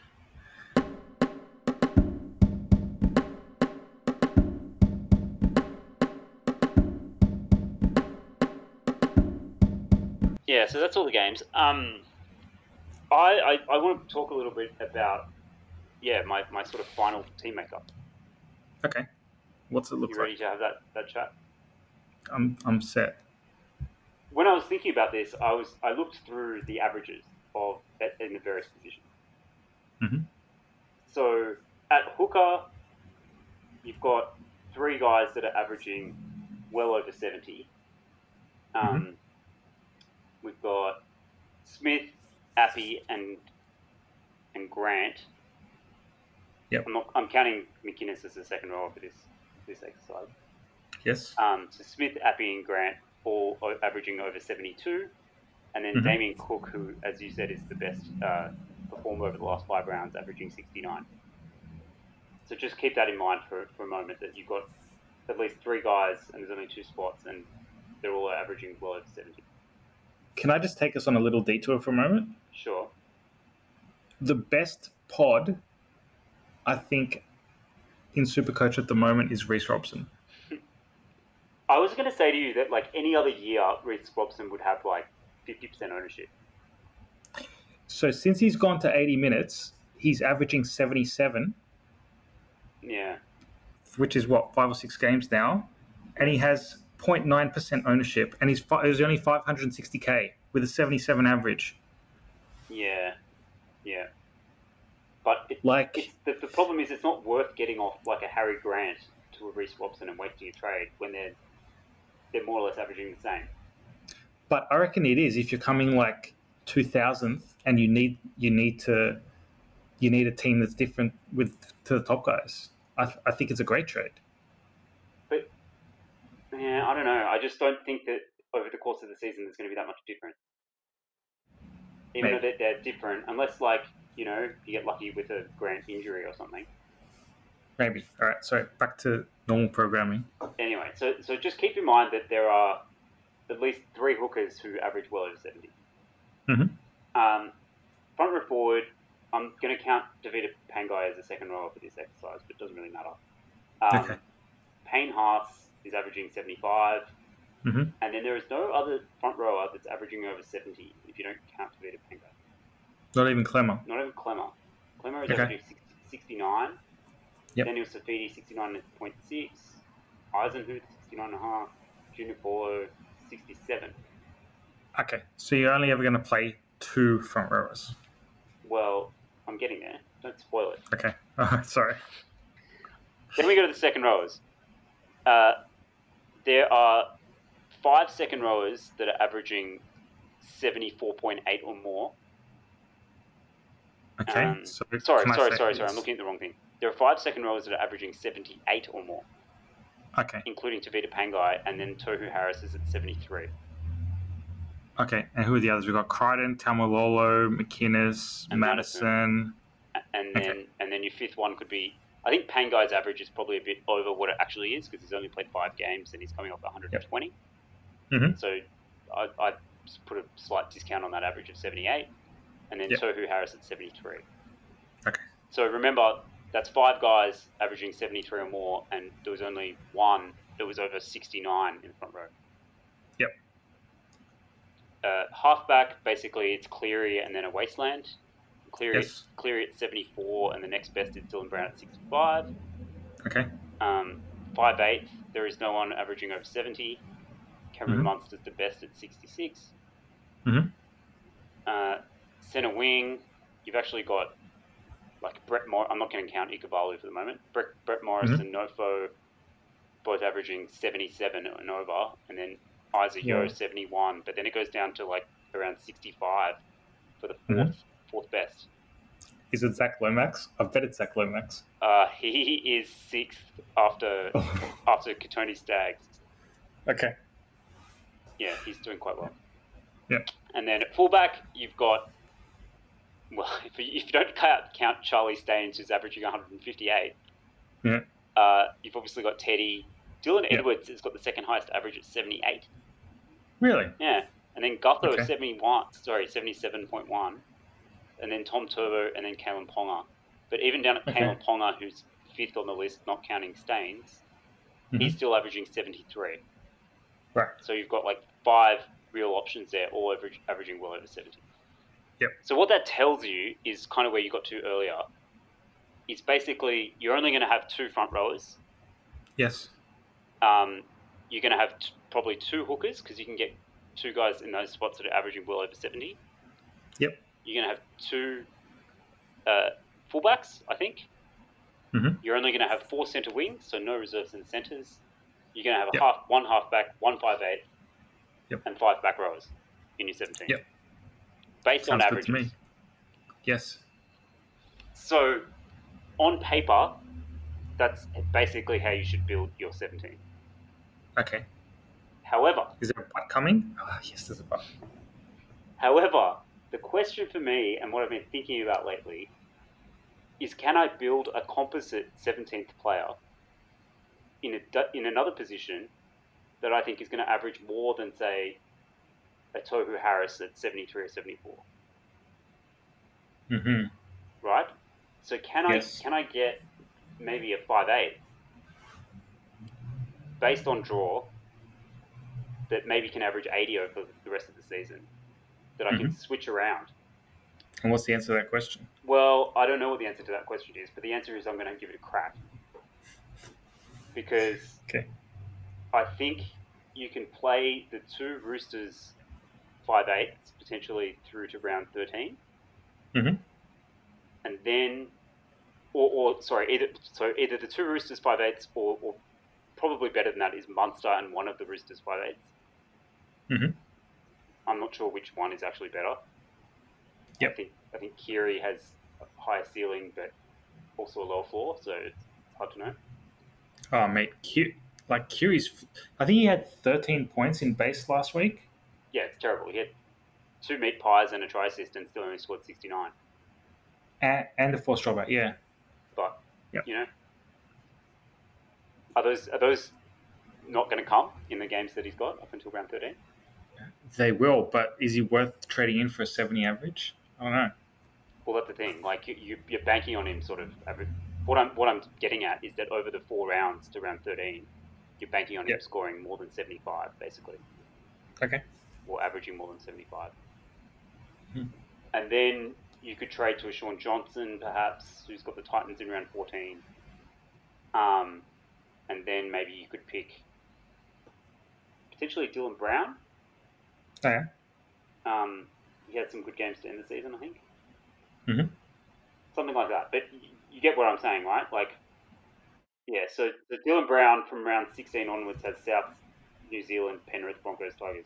Speaker 2: Yeah. So that's all the games. Um, I I, I want to talk a little bit about yeah my, my sort of final team makeup.
Speaker 1: Okay, what's it look
Speaker 2: You ready
Speaker 1: like?
Speaker 2: to have that that chat?
Speaker 1: I'm I'm set.
Speaker 2: When I was thinking about this, I was I looked through the averages of at, in the various positions.
Speaker 1: Mhm.
Speaker 2: So at hooker, you've got three guys that are averaging well over seventy. Um, We've got Smith, Appy, and and Grant.
Speaker 1: Yep.
Speaker 2: I'm, not, I'm counting McInnes as the second rower for this this exercise.
Speaker 1: Yes.
Speaker 2: Um, so Smith, Appy, and Grant all o- averaging over 72. And then
Speaker 1: Mhm.
Speaker 2: Damien Cook, who, as you said, is the best uh, performer over the last five rounds, averaging 69. So just keep that in mind for, for a moment that you've got at least three guys and there's only two spots and they're all averaging well over 70.
Speaker 1: Can I just take us on a little detour for a moment?
Speaker 2: Sure.
Speaker 1: The best pod, I think, in Supercoach at the moment is Reese Robson.
Speaker 2: I was going to say to you that like any other year, Reese Robson would have like fifty percent ownership.
Speaker 1: So since he's gone to 80 minutes, he's averaging 77,
Speaker 2: Yeah.
Speaker 1: which is what, five or six games now. And he has 0.9% ownership, and he's, fi- he's only 560K with a 77 average.
Speaker 2: Yeah. Yeah. But it,
Speaker 1: Like,
Speaker 2: it's, the, the problem is it's not worth getting off like a Harry Grant to a Reese Robson and wasting a trade when they're they're more or less averaging the same.
Speaker 1: but I reckon it is if you're coming like 2000th and you need you need to you need a team that's different with to the top guys. I, th- I think it's a great trade.
Speaker 2: Yeah, I don't know. I just don't think that over the course of the season there's going to be that much difference. Even though
Speaker 1: Maybe.
Speaker 2: they're, they're different, unless like you know you get lucky with a Grant injury or something.
Speaker 1: Maybe. All right. So back to normal programming.
Speaker 2: Anyway, so so just keep in mind that there are at least three hookers who average well over 70
Speaker 1: Mhm.
Speaker 2: Um, front row forward, I'm going to count Davida Pangai as a second rower for this exercise, but it doesn't really matter. Um,
Speaker 1: Okay.
Speaker 2: Payne Haas is averaging 75,
Speaker 1: Mhm.
Speaker 2: and then there is no other front rower that's averaging over 70 if you don't count Davida Pangai.
Speaker 1: Not even Clemmer.
Speaker 2: Not even Clemmer. Clemmer is
Speaker 1: Okay.
Speaker 2: averaging 60, 69.
Speaker 1: Yep.
Speaker 2: Daniel Safidi, 69.6. Eisenhuth, 69.5. Junior Paulo, 67.
Speaker 1: Okay. So you're only ever going to play two front rowers.
Speaker 2: Well, I'm getting there. Don't spoil it.
Speaker 1: Okay. Uh, sorry.
Speaker 2: Then we go to the second rowers. Uh, there are five second rowers that are averaging 74.8 or more.
Speaker 1: Okay.
Speaker 2: Um,
Speaker 1: so
Speaker 2: Sorry,
Speaker 1: can I
Speaker 2: sorry,
Speaker 1: say
Speaker 2: sorry, sorry.
Speaker 1: this?
Speaker 2: I'm looking at the wrong thing. There are five second rowers that are averaging 78 or more,
Speaker 1: Okay.
Speaker 2: including Tavita Pangai, and then Tohu Harris is at 73.
Speaker 1: Okay. And who are the others? We've got Crichton, Tamalolo, McInnes,
Speaker 2: And
Speaker 1: Madison.
Speaker 2: and then and then your fifth one could be. I think Pangai's average is probably a bit over what it actually is because he's only played five games and he's coming off 120.
Speaker 1: Mhm.
Speaker 2: So I, I just put a slight discount on that average of 78, and then
Speaker 1: Yep.
Speaker 2: Tohu Harris at 73.
Speaker 1: Okay.
Speaker 2: So remember, that's five guys averaging 73 or more, and there was only one that was over 69 in the front row.
Speaker 1: Yep.
Speaker 2: Uh, halfback, basically, it's Cleary and then a wasteland. Cleary
Speaker 1: Yes.
Speaker 2: Cleary at 74, and the next best is Dylan Brown at 65.
Speaker 1: Okay.
Speaker 2: Um, 5'8, there is no one averaging over 70. Cameron
Speaker 1: Mhm.
Speaker 2: Munster's the best at 66.
Speaker 1: Mhm.
Speaker 2: Uh, center wing, you've actually got like Brett Mor I'm not going to count Ikebalu for the moment. Brett, Brett Morris
Speaker 1: Mhm.
Speaker 2: and Nofo both averaging 77 and over, and then Isaac
Speaker 1: Yeah.
Speaker 2: Yo 71, but then it goes down to like around 65 for the 4th
Speaker 1: Mhm.
Speaker 2: fourth best.
Speaker 1: Is it Zach Lomax? I bet it's Zach Lomax.
Speaker 2: Uh, he is sixth after
Speaker 1: Oh.
Speaker 2: after Katoni Staggs.
Speaker 1: okay.
Speaker 2: Yeah, he's doing quite well.
Speaker 1: Yeah.
Speaker 2: And then at fullback, you've got well, if you, if you don't count, count Charlie Staines, who's averaging 158.
Speaker 1: Yeah.
Speaker 2: Uh, you've obviously got Teddy. Dylan
Speaker 1: Yeah.
Speaker 2: Edwards has got the second highest average at 78.
Speaker 1: Really?
Speaker 2: Yeah. And then Gutho
Speaker 1: Okay.
Speaker 2: at 71, sorry, 77.1. And then Tom Turbo and then Kalen Ponga. But even down at
Speaker 1: Okay.
Speaker 2: Kalen Ponga, who's fifth on the list, not counting Staines, he's still averaging 73.
Speaker 1: Mm-hmm. Right.
Speaker 2: So you've got like five real options there, all average, averaging well over 70.
Speaker 1: Yep.
Speaker 2: So what that tells you is kind of where you got to earlier. It's basically you're only going to have two front rowers.
Speaker 1: Yes.
Speaker 2: Um, you're going to have t- probably two hookers because you can get two guys in those spots that are averaging well over 70.
Speaker 1: Yep.
Speaker 2: You're going to have two uh, fullbacks, I think.
Speaker 1: Mhm.
Speaker 2: You're only going to have four centre wings, so no reserves in the centres. You're going to have a
Speaker 1: Yep.
Speaker 2: half, one halfback, one five eight,
Speaker 1: Yep.
Speaker 2: and five back rowers in your 17.
Speaker 1: Yep.
Speaker 2: Based on
Speaker 1: Sounds good
Speaker 2: averages.
Speaker 1: to me. Yes.
Speaker 2: So, on paper, that's basically how you should build your 17.
Speaker 1: Okay.
Speaker 2: However,
Speaker 1: Is there a butt coming? Ah, yes, there's a butt.
Speaker 2: However, the question for me and what I've been thinking about lately is can I build a composite 17th player in, a, in another position that I think is going to average more than, say, a Tohu Harris at 73 or 74,
Speaker 1: Mm-hmm.
Speaker 2: right? So can
Speaker 1: Yes.
Speaker 2: I can I get maybe a five eight based on draw that maybe can average 80 over the rest of the season that I can switch around?
Speaker 1: And what's the answer to that question?
Speaker 2: Well, I don't know what the answer to that question is, but the answer is I'm going to give it a crap because
Speaker 1: Okay.
Speaker 2: I think you can play the two Roosters five eights potentially through to round 13
Speaker 1: Mhm.
Speaker 2: and then, or, or sorry, either so either the two Roosters five eights or, or probably better than that is Munster and one of the Roosters five eights.
Speaker 1: Mhm.
Speaker 2: I'm not sure which one is actually better. I
Speaker 1: Yep.
Speaker 2: think I think Kiri has a higher ceiling, but also a lower floor, so it's hard to know.
Speaker 1: Oh, mate, Q, like Curie's. I think he had 13 points in base last week.
Speaker 2: Yeah, it's terrible. He had two meat pies and a try assist, and still only scored sixty nine.
Speaker 1: and, and the fourth strawberry. Yeah,
Speaker 2: But
Speaker 1: Yep.
Speaker 2: you know, are those are those not going to come in the games that he's got up until round thirteen?
Speaker 1: they will. But is he worth trading in for a seventy average? I don't know.
Speaker 2: Well, that's the thing. Like you, you, you're banking on him, sort of. Every, what I'm what I'm getting at is that over the four rounds to round thirteen, you're banking on
Speaker 1: Yep.
Speaker 2: him scoring more than seventy five, basically.
Speaker 1: Okay.
Speaker 2: or averaging more than 75.
Speaker 1: Hmm.
Speaker 2: And then you could trade to a Sean Johnson, perhaps, who's got the Titans in round 14. Um, and then maybe you could pick potentially Dylan Brown.
Speaker 1: Okay.
Speaker 2: Um, he had some good games to end the season, I think.
Speaker 1: Mhm.
Speaker 2: Something like that. But y- you get what I'm saying, right? Like, yeah, so the Dylan Brown from round 16 onwards has South New Zealand, Penrith, Broncos, Tigers.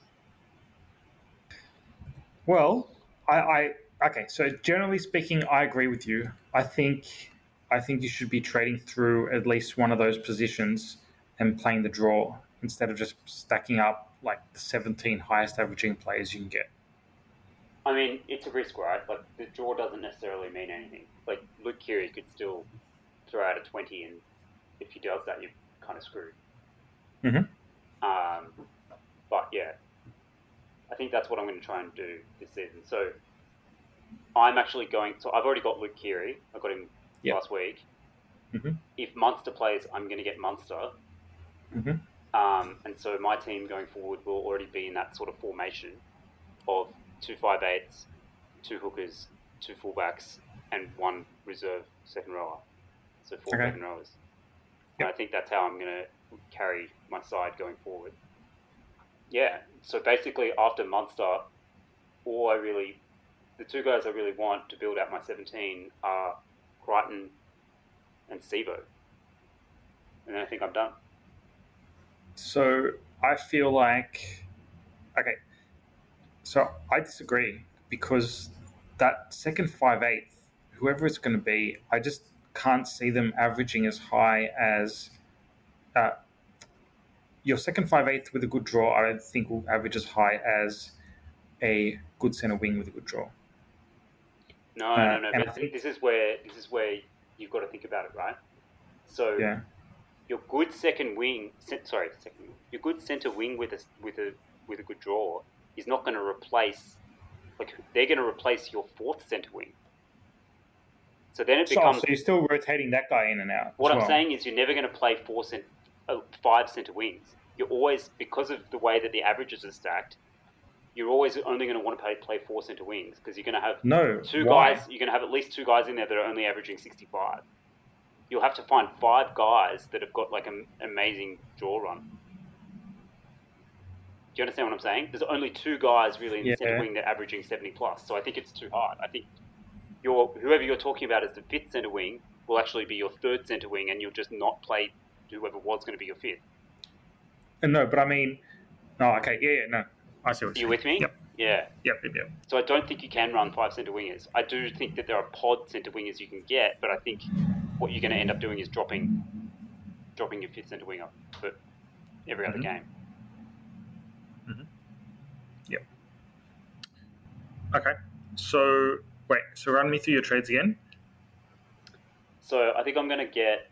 Speaker 1: Well, I, I okay. So generally speaking, I agree with you. I think I think you should be trading through at least one of those positions and playing the draw instead of just stacking up like the seventeen highest averaging players you can get.
Speaker 2: I mean, it's a risk, right? Like the draw doesn't necessarily mean anything. Like Luke Keary could still throw out a twenty, and if he does that, you're kind of screwed.
Speaker 1: Mhm.
Speaker 2: Um, but yeah, I think that's what I'm going to try and do this season. So I'm actually going. So I've already got Luke Keary. I got him
Speaker 1: Yeah.
Speaker 2: last week.
Speaker 1: Mhm.
Speaker 2: If Munster plays, I'm going to get Munster.
Speaker 1: Mhm.
Speaker 2: Um, and so my team going forward will already be in that sort of formation of two five eights, two hookers, two fullbacks, and one reserve second rower. So four second
Speaker 1: Okay.
Speaker 2: rowers. And I think that's how I'm going to carry my side going forward. Yeah. So basically, after Munster, all I really, the two guys I really want to build out my 17 are Crichton and Sebo. And then I think I'm done.
Speaker 1: So I feel like, okay, so I disagree because that second five eighth, whoever it's going to be, I just can't see them averaging as high as uh, your second five eighth with a good draw. I don't think will average as high as a good center wing with a good draw.
Speaker 2: No,
Speaker 1: Uh,
Speaker 2: no, no.
Speaker 1: and I
Speaker 2: But
Speaker 1: think-
Speaker 2: this is where this is where you've got to think about it, right? So
Speaker 1: Yeah,
Speaker 2: your good second wing, cen- sorry, second wing, your good center wing with a s- with a with a good draw is not going to replace, like they're going to replace your fourth center wing. So then it
Speaker 1: so,
Speaker 2: becomes
Speaker 1: so you're still rotating that guy in and out. as
Speaker 2: what I'm
Speaker 1: well.
Speaker 2: saying is you're never going to play four cent, uh, five center wings. You're always because of the way that the averages are stacked. You're always only going to want to play, play four center wings because you're going to have
Speaker 1: no
Speaker 2: two
Speaker 1: why?
Speaker 2: guys. You're going to have at least two guys in there that are only averaging 65. You'll have to find five guys that have got like an amazing draw run. Do you understand what I'm saying? There's only two guys really in the centre
Speaker 1: Yeah.
Speaker 2: wing that are averaging 70 plus. So I think it's too hard. I think your whoever you're talking about as the fifth centre wing will actually be your third centre wing, and you'll just not play whoever was going to be your fifth.
Speaker 1: Uh, No, but I mean, no. Okay, yeah, yeah, no. I see what
Speaker 2: Are
Speaker 1: you're
Speaker 2: you with me?
Speaker 1: Yep.
Speaker 2: Yeah.
Speaker 1: Yep, yep, yep.
Speaker 2: So I don't think you can run five centre wingers. I do think that there are pod centre wingers you can get, but I think what you're going to end up doing is dropping, dropping your fifth centre winger for every other
Speaker 1: Mhm.
Speaker 2: game.
Speaker 1: Okay. So wait, so run me through your trades again.
Speaker 2: So I think I'm going to get,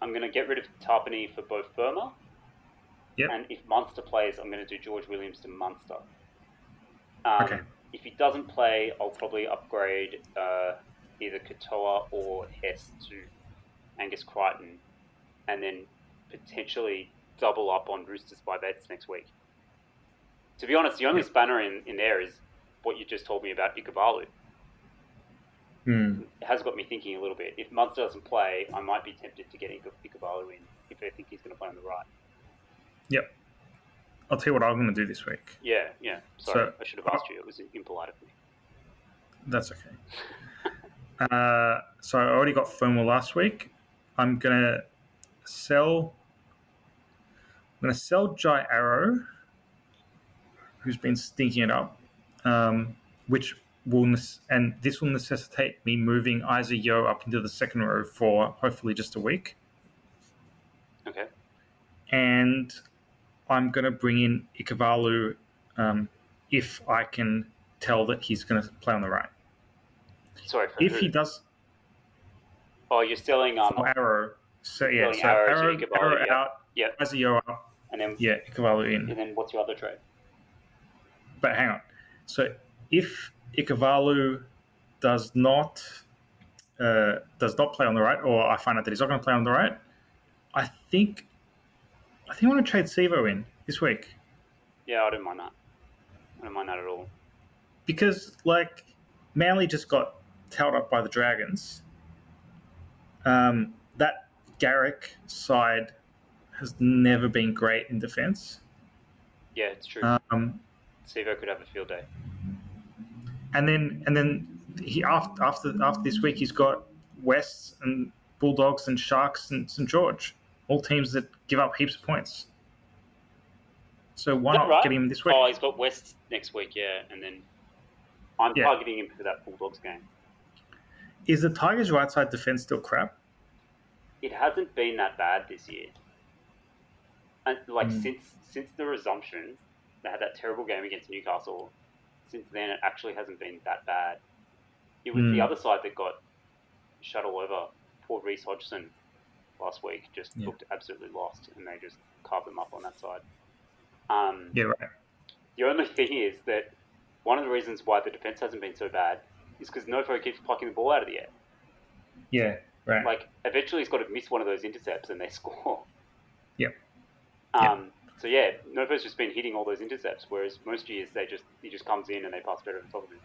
Speaker 2: I'm going to get rid of Tarpany for both Burma.
Speaker 1: Yep.
Speaker 2: And if Munster plays, I'm going to do George Williams to Munster. Um,
Speaker 1: Okay.
Speaker 2: If he doesn't play, I'll probably upgrade uh, either Katoa or Hess to Angus Crichton, and then potentially double up on Roosters by bets next week. To be honest, the only
Speaker 1: Yeah.
Speaker 2: spanner in, in there is what you just told me about Ikebalu.
Speaker 1: Hmm.
Speaker 2: It has got me thinking a little bit. If Munster doesn't play, I might be tempted to get Ike- Ikebalu in if I think he's going to play on the right.
Speaker 1: Yep. I'll tell you what I'm going to do this week.
Speaker 2: Yeah, yeah. Sorry,
Speaker 1: So-
Speaker 2: I should have asked you. It was impolite of me.
Speaker 1: That's okay. uh, so I already got FOMO last week. I'm gonna sell. I'm gonna sell Jai Arrow, who's been stinking it up, um, which will nes- and this will necessitate me moving Isa Yo up into the second row for hopefully just a week,
Speaker 2: Okay.
Speaker 1: and I'm gonna bring in Ikavalu um, if I can tell that he's gonna play on the right.
Speaker 2: Sorry for
Speaker 1: If
Speaker 2: who?
Speaker 1: he does,
Speaker 2: Oh, you're selling um,
Speaker 1: Oh, arrow. So yeah,
Speaker 2: Throwing
Speaker 1: so
Speaker 2: arrows at
Speaker 1: arrow,
Speaker 2: Ikebalu,
Speaker 1: arrow
Speaker 2: yeah.
Speaker 1: out,
Speaker 2: Yeah,
Speaker 1: Azio up,
Speaker 2: and then
Speaker 1: yeah, Ikavalu in.
Speaker 2: and then what's your other trade?
Speaker 1: But hang on. So if Ikavalu does not uh, does not play on the right, or I find out that he's not going to play on the right, I think I think I want to trade Sivo in this week
Speaker 2: Yeah, I don't mind that. I don't mind that at all.
Speaker 1: because like Manly just got tailed up by the Dragons. Um, that Garrick side has never been great in defence.
Speaker 2: Yeah, it's true.
Speaker 1: Um,
Speaker 2: Sevo could have a field day.
Speaker 1: and then and then he after after after this week he's got Wests and Bulldogs and Sharks and St George, all teams that give up heaps of points. So why
Speaker 2: Is that
Speaker 1: not
Speaker 2: right?
Speaker 1: get him this week?
Speaker 2: Oh, he's got West next week, yeah, and then I'm
Speaker 1: Yeah.
Speaker 2: targeting him for that Bulldogs game.
Speaker 1: Is the Tigers' right side defense still crap?
Speaker 2: It hasn't been that bad this year, and like
Speaker 1: Mm.
Speaker 2: since since the resumption, they had that terrible game against Newcastle. Since then, it actually hasn't been that bad. It was the
Speaker 1: Mm.
Speaker 2: other side that got shut all over. Poor Reese Hodgson last week just
Speaker 1: Yeah.
Speaker 2: looked absolutely lost, and they just carved them up on that side. Um,
Speaker 1: Yeah, right.
Speaker 2: The only thing is that one of the reasons why the defense hasn't been so bad is because Novo keeps plucking the ball out of the air.
Speaker 1: Yeah, right.
Speaker 2: Like eventually, he's got to miss one of those intercepts, and they score.
Speaker 1: Yep.
Speaker 2: Um, So yeah, Novo's just been hitting all those intercepts, whereas most years they just he just comes in and they pass straight over the top of him.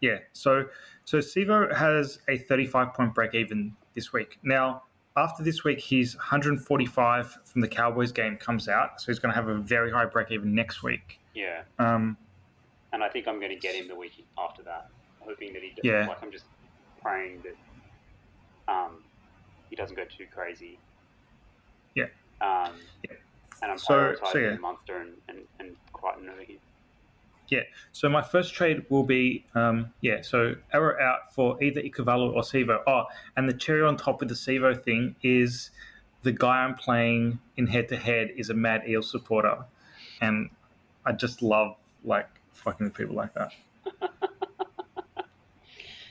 Speaker 1: Yeah. So so Sivo has a 35 point break even this week. Now, after this week, his 145 from the Cowboys game comes out, so he's going to have a very high break even next week.
Speaker 2: Yeah.
Speaker 1: Um,
Speaker 2: And I think I'm going to get him the week after that, hoping that he does.
Speaker 1: Yeah.
Speaker 2: Like I'm just praying that um, he doesn't go too crazy.
Speaker 1: Yeah.
Speaker 2: Um,
Speaker 1: Yeah.
Speaker 2: And I'm
Speaker 1: So-
Speaker 2: prioritizing
Speaker 1: so, yeah.
Speaker 2: Munster and, and, and Crichton over here.
Speaker 1: Yeah. So my first trade will be um, yeah. So arrow out for either Ikavalu or Sivo. Oh, and the cherry on top of the Sivo thing is the guy I'm playing in head to head is a Mad Eel supporter, and I just love like fucking with people like that.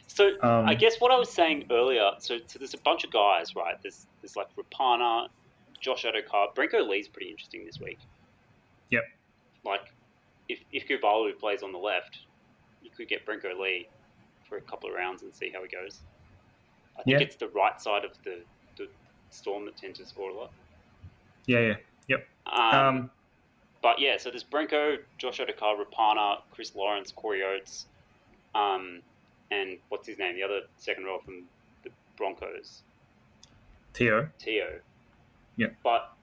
Speaker 2: So
Speaker 1: Um,
Speaker 2: I guess what I was saying earlier. So, so there's a bunch of guys, right? There's there's like Rapana, Josh Adokar. Brinko Lee's pretty interesting this week.
Speaker 1: Yep.
Speaker 2: Like, if if Gubalu plays on the left, you could get Brinko Lee for a couple of rounds and see how he goes. I think
Speaker 1: Yeah.
Speaker 2: it's the right side of the, the storm that tends to score a lot.
Speaker 1: Yeah. Yeah. Yep.
Speaker 2: Um,
Speaker 1: Um,
Speaker 2: but yeah, so there's Brinko, Josh Odekar, Rapana, Chris Lawrence, Corey Oates, um, and what's his name? The other second row from the Broncos,
Speaker 1: Tio.
Speaker 2: Teo.
Speaker 1: Yeah.
Speaker 2: But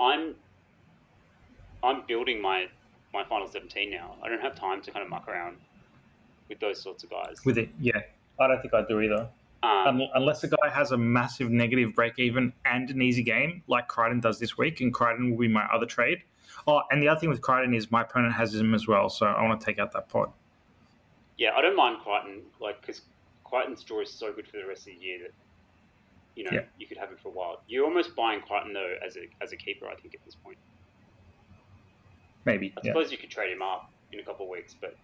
Speaker 2: I'm I'm building my my final seventeen now. I don't have time to kind of muck around with those sorts of guys.
Speaker 1: With it. Yeah. I don't think I do either.
Speaker 2: um,
Speaker 1: Um, unless a guy has a massive negative break even and an easy game like Crichton does this week, and Crichton will be my other trade. Oh, and the other thing with Crichton is my opponent has him as well, so I want to take out that pod.
Speaker 2: yeah, I don't mind Crichton, like because Crichton's draw is so good for the rest of the year that you know
Speaker 1: Yeah.
Speaker 2: you could have him for a while. You're almost buying Crichton though as a as a keeper, I think at this point.
Speaker 1: Maybe.
Speaker 2: I
Speaker 1: Yeah.
Speaker 2: suppose you could trade him up in a couple of weeks, but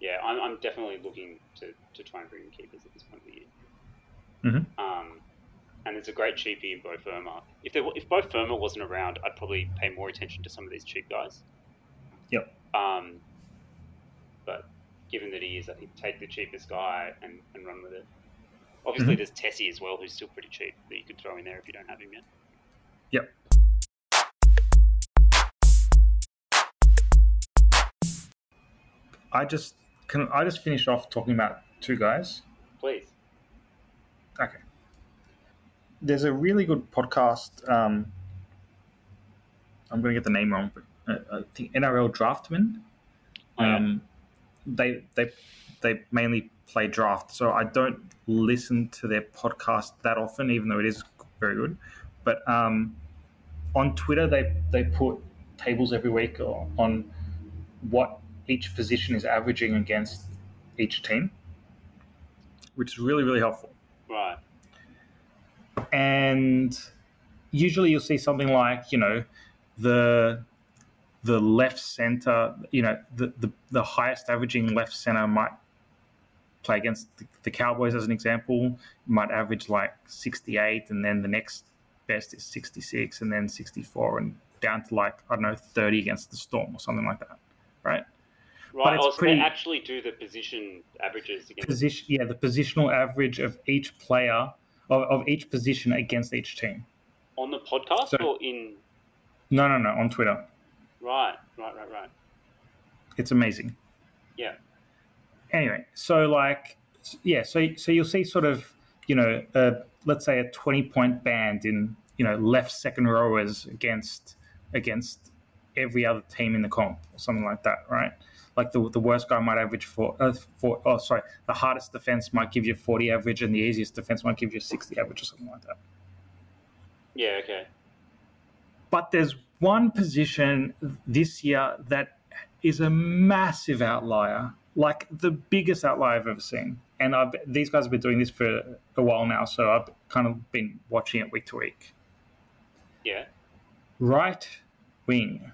Speaker 2: yeah, I'm, I'm definitely looking to, to try and bring in keepers at this point of the year.
Speaker 1: Mhm.
Speaker 2: Um, and there's a great cheapie in Bo Firma. If there, wa- if Bo Firma wasn't around, I'd probably pay more attention to some of these cheap guys.
Speaker 1: Yep.
Speaker 2: Um, but given that he is, I think take the cheapest guy and, and run with it. Obviously,
Speaker 1: Mhm.
Speaker 2: there's Tessie as well, who's still pretty cheap that you could throw in there if you don't have him yet.
Speaker 1: Yep. I just can I just finish off talking about two guys.
Speaker 2: Please.
Speaker 1: Okay. There's a really good podcast. Um, I'm going to get the name wrong, but uh, I think NRL Draftman.
Speaker 2: Oh, yeah.
Speaker 1: Um, they they they mainly play draft, so I don't listen to their podcast that often, even though it is very good. But um, on Twitter, they they put tables every week o- on what each position is averaging against each team, which is really really helpful
Speaker 2: Right.
Speaker 1: and usually you'll see something like you know the the left center you know the the, the highest averaging left center might play against the, the cowboys as an example might average like 68 and then the next best is 66 and then 64 and down to like i don't know 30 against the storm or something like that right
Speaker 2: Right.
Speaker 1: it's
Speaker 2: Also,
Speaker 1: pretty-
Speaker 2: they actually do the position averages against.
Speaker 1: position yeah the positional average of each player of, of each position against each team
Speaker 2: On the podcast
Speaker 1: So-
Speaker 2: or in.
Speaker 1: no no no on twitter
Speaker 2: Right, right, right, right.
Speaker 1: it's amazing
Speaker 2: Yeah.
Speaker 1: anyway, so like, yeah, so so you'll see sort of, you know, uh, let's say a twenty point band in you know left second rowers against against every other team in the comp or something like that, right? Like the the worst guy might average for uh, for oh sorry, the hardest defense might give you forty average, and the easiest defense might give you sixty average or something like that.
Speaker 2: Yeah, okay.
Speaker 1: But there's one position this year that is a massive outlier, like the biggest outlier I've ever seen. And I've, these guys have been doing this for a while now, so I've kind of been watching it week to week.
Speaker 2: Yeah.
Speaker 1: Right wing,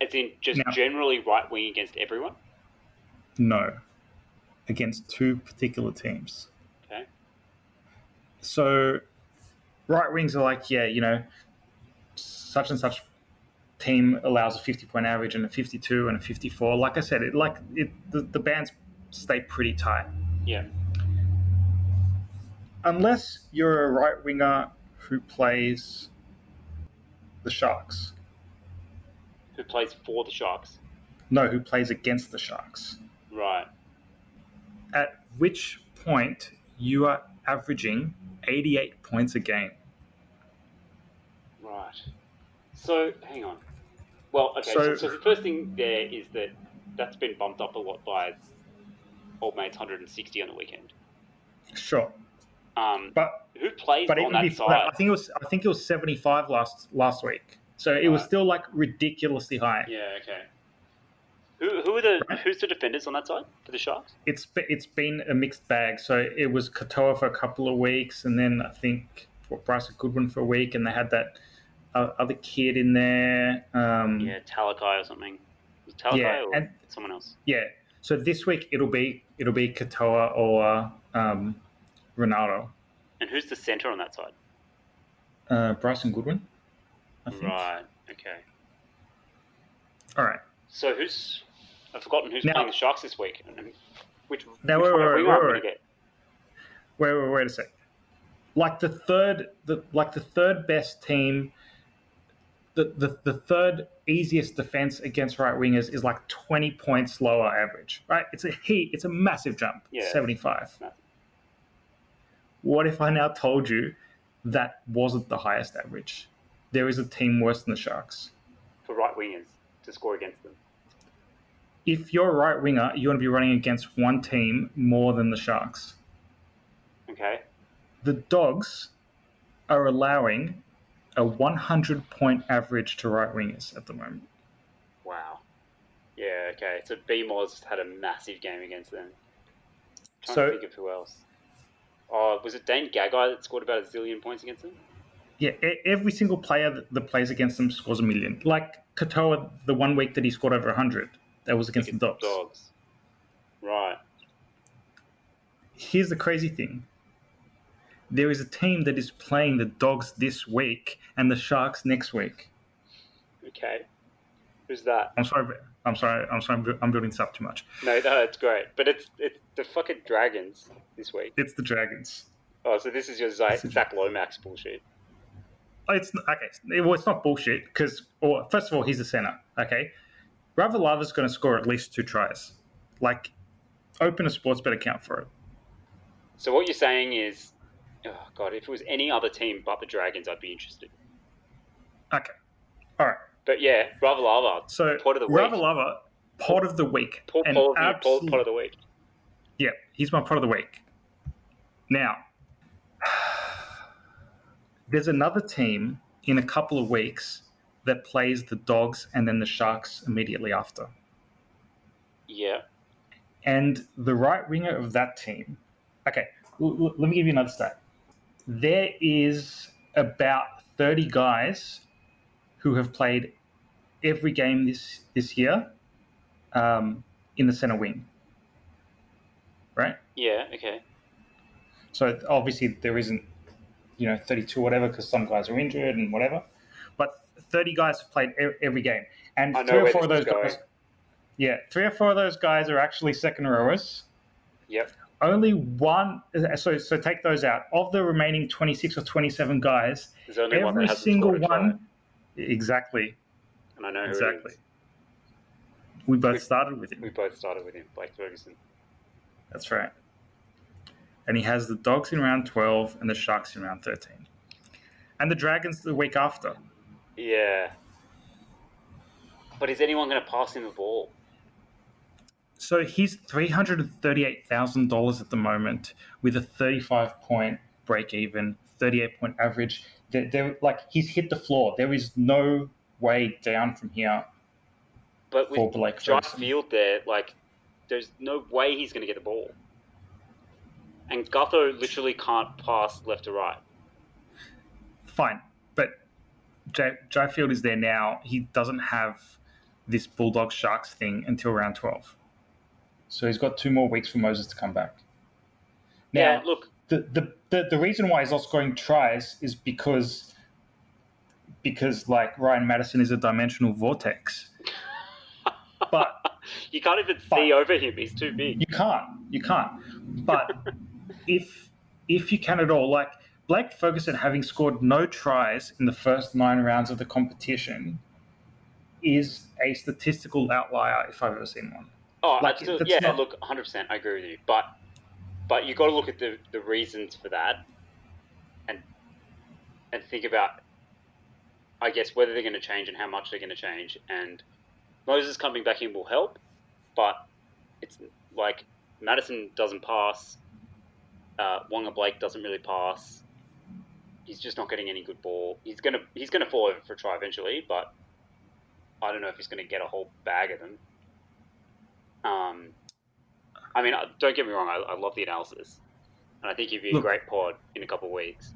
Speaker 2: As in just
Speaker 1: Now-
Speaker 2: generally right wing against everyone.
Speaker 1: no, against two particular teams.
Speaker 2: Okay.
Speaker 1: so right wings are like, yeah, you know, such and such team allows a 50 point average and a 52 and a 54. Like I said, it like it the, the bands stay pretty tight.
Speaker 2: Yeah.
Speaker 1: Unless you're a right winger who plays the Sharks.
Speaker 2: Who plays for the Sharks.
Speaker 1: No, who plays against the Sharks.
Speaker 2: Right.
Speaker 1: At which point you are averaging 88 points a game.
Speaker 2: Right. So hang on. Well, okay. So,
Speaker 1: So-
Speaker 2: so the first thing there is that that's been bumped up a lot by old mate's 160 on the weekend.
Speaker 1: Sure.
Speaker 2: Um,
Speaker 1: But
Speaker 2: who plays
Speaker 1: but
Speaker 2: on
Speaker 1: even
Speaker 2: that
Speaker 1: before
Speaker 2: side?
Speaker 1: that, I think it was I think it was seventy five last last week. So it was
Speaker 2: Right.
Speaker 1: still like ridiculously high.
Speaker 2: Yeah. Okay. Who, who are the
Speaker 1: Right.
Speaker 2: who's the defenders on that side for the Sharks?
Speaker 1: It's be- it's been a mixed bag. So it was Katoa for a couple of weeks, and then I think what Bryce Goodwin for a week, and they had that uh, other kid in there. Um,
Speaker 2: Yeah, Talakai or something. Was it Talakai
Speaker 1: Yeah,
Speaker 2: or
Speaker 1: and-
Speaker 2: someone else?
Speaker 1: yeah. So this week it'll be it'll be Katoa or um, Ronaldo,
Speaker 2: And who's the center on that side?
Speaker 1: uh, Bryson Goodwin. I think.
Speaker 2: Right. Okay.
Speaker 1: All right.
Speaker 2: So who's? I've forgotten who's
Speaker 1: Now-
Speaker 2: playing the Sharks this week. and- and Which,
Speaker 1: Now,
Speaker 2: which
Speaker 1: wait,
Speaker 2: one
Speaker 1: wait,
Speaker 2: are we
Speaker 1: wait,
Speaker 2: up
Speaker 1: wait,
Speaker 2: gonna
Speaker 1: wait.
Speaker 2: get?
Speaker 1: wait, wait, wait a sec. Like the third, the like the third best team, the the, the third easiest defense against right wingers is like twenty points lower average, right? It's a heat, it's a massive jump,
Speaker 2: Yeah.
Speaker 1: seventy five.
Speaker 2: Massive.
Speaker 1: What if I now told you that wasn't the highest average? There is a team worse than the Sharks.
Speaker 2: for right wingers to score against them.
Speaker 1: If you're a right winger, you want to be running against one team more than the Sharks.
Speaker 2: Okay.
Speaker 1: the dogs are allowing a 100 point average to right wingers at the moment.
Speaker 2: Wow. Yeah. Okay. So BMOS had a massive game against them. trying
Speaker 1: So-
Speaker 2: to think of who else. Oh, was it Dane Gagai that scored about a zillion points against them?
Speaker 1: Yeah, e- every single player that, that plays against them scores a million. Like Katoa, the one week that he scored over 100, that was against the dogs.
Speaker 2: Dogs. Right.
Speaker 1: Here's the crazy thing there is a team that is playing the dogs this week and the sharks next week.
Speaker 2: Okay. Who's that?
Speaker 1: I'm sorry. but- I'm sorry. I'm sorry. I'm, bu- I'm building this up too much.
Speaker 2: No, no, it's great. But it's it's the fucking Dragons this week.
Speaker 1: It's the Dragons.
Speaker 2: Oh, so this is your Zach, Zach Lomax bullshit.
Speaker 1: It's okay. Well, it's not bullshit because, well, first of all, he's a center. Okay, Ravalava's going to score at least two tries. Like, open a sports bet account for it.
Speaker 2: So what you're saying is, oh god, if it was any other team but the Dragons, I'd be interested.
Speaker 1: Okay, all right.
Speaker 2: But yeah, Ravalava,
Speaker 1: So
Speaker 2: Pot of the week.
Speaker 1: Ravalava, pot of the week,
Speaker 2: Paul,
Speaker 1: An
Speaker 2: Paul, of the- Paul,
Speaker 1: absolute-
Speaker 2: Paul of the week.
Speaker 1: Yeah, he's my pot of the week. Now, there's another team in a couple of weeks that plays the Dogs and then the Sharks immediately after.
Speaker 2: Yeah,
Speaker 1: And the right winger of that team, okay, l- l- let me give you another stat. There is about 30 guys who have played every game this, this year um, in the center wing, right?
Speaker 2: yeah, okay.
Speaker 1: So obviously there isn't, you know, 32 or whatever because some guys are injured and whatever. But 30 guys have played e- every game, and
Speaker 2: I know
Speaker 1: three or
Speaker 2: where
Speaker 1: four of
Speaker 2: this
Speaker 1: those
Speaker 2: is
Speaker 1: guys. Yeah, three or four of those guys are actually second rowers.
Speaker 2: Yep.
Speaker 1: Only one. uh, So so take those out of the remaining 26 or 27 guys.
Speaker 2: There's only one that
Speaker 1: Every
Speaker 2: hasn't
Speaker 1: single
Speaker 2: scored a try,
Speaker 1: one. Exactly.
Speaker 2: and I know who
Speaker 1: Exactly.
Speaker 2: It is.
Speaker 1: We
Speaker 2: We-
Speaker 1: both started with him.
Speaker 2: We both started with him, Blake Ferguson.
Speaker 1: That's right. And he has the dogs in round 12 and the sharks in round 13. And the dragons the week after.
Speaker 2: Yeah. But is anyone going to pass him the ball?
Speaker 1: So he's three hundred and thirty-eight thousand dollars at the moment, with a thirty-five point break even, thirty-eight point average. They're, they're- like he's hit the floor. There is no way down from here
Speaker 2: But with
Speaker 1: for Blake
Speaker 2: dry
Speaker 1: Ferguson.
Speaker 2: field there, like, there's no way he's going to get the ball. And Gutho literally can't pass left to right.
Speaker 1: Fine, but Jai, Jai Field is there now. He doesn't have this bulldog sharks thing until round twelve, so he's got two more weeks for Moses to come back. Now,
Speaker 2: yeah, look,
Speaker 1: the, the, the, the reason why he's not scoring tries is because because like Ryan Madison is a dimensional vortex. But
Speaker 2: you can't even
Speaker 1: Fine.
Speaker 2: see over him. He's too big.
Speaker 1: you can't. You can't. But if if you can at all, like Blake Ferguson having scored no tries in the first nine rounds of the competition is a statistical outlier if I've ever seen one.
Speaker 2: Oh,
Speaker 1: Like,
Speaker 2: absolutely.
Speaker 1: that's
Speaker 2: Yeah,
Speaker 1: not-
Speaker 2: look, 100%. I agree with you. But but you got to look at the, the reasons for that and and think about, I guess, whether they're going to change and how much they're going to change. And Moses coming back in will help, but it's like Madison doesn't pass. Uh, Wonga Blake doesn't really pass. He's just not getting any good ball. He's gonna he's gonna fall over for a try eventually, but I don't know if he's gonna get a whole bag of them. Um, I mean, uh, don't get me wrong. I, I love the analysis, and I think you'd be a
Speaker 1: Look.
Speaker 2: great pod in a couple of weeks.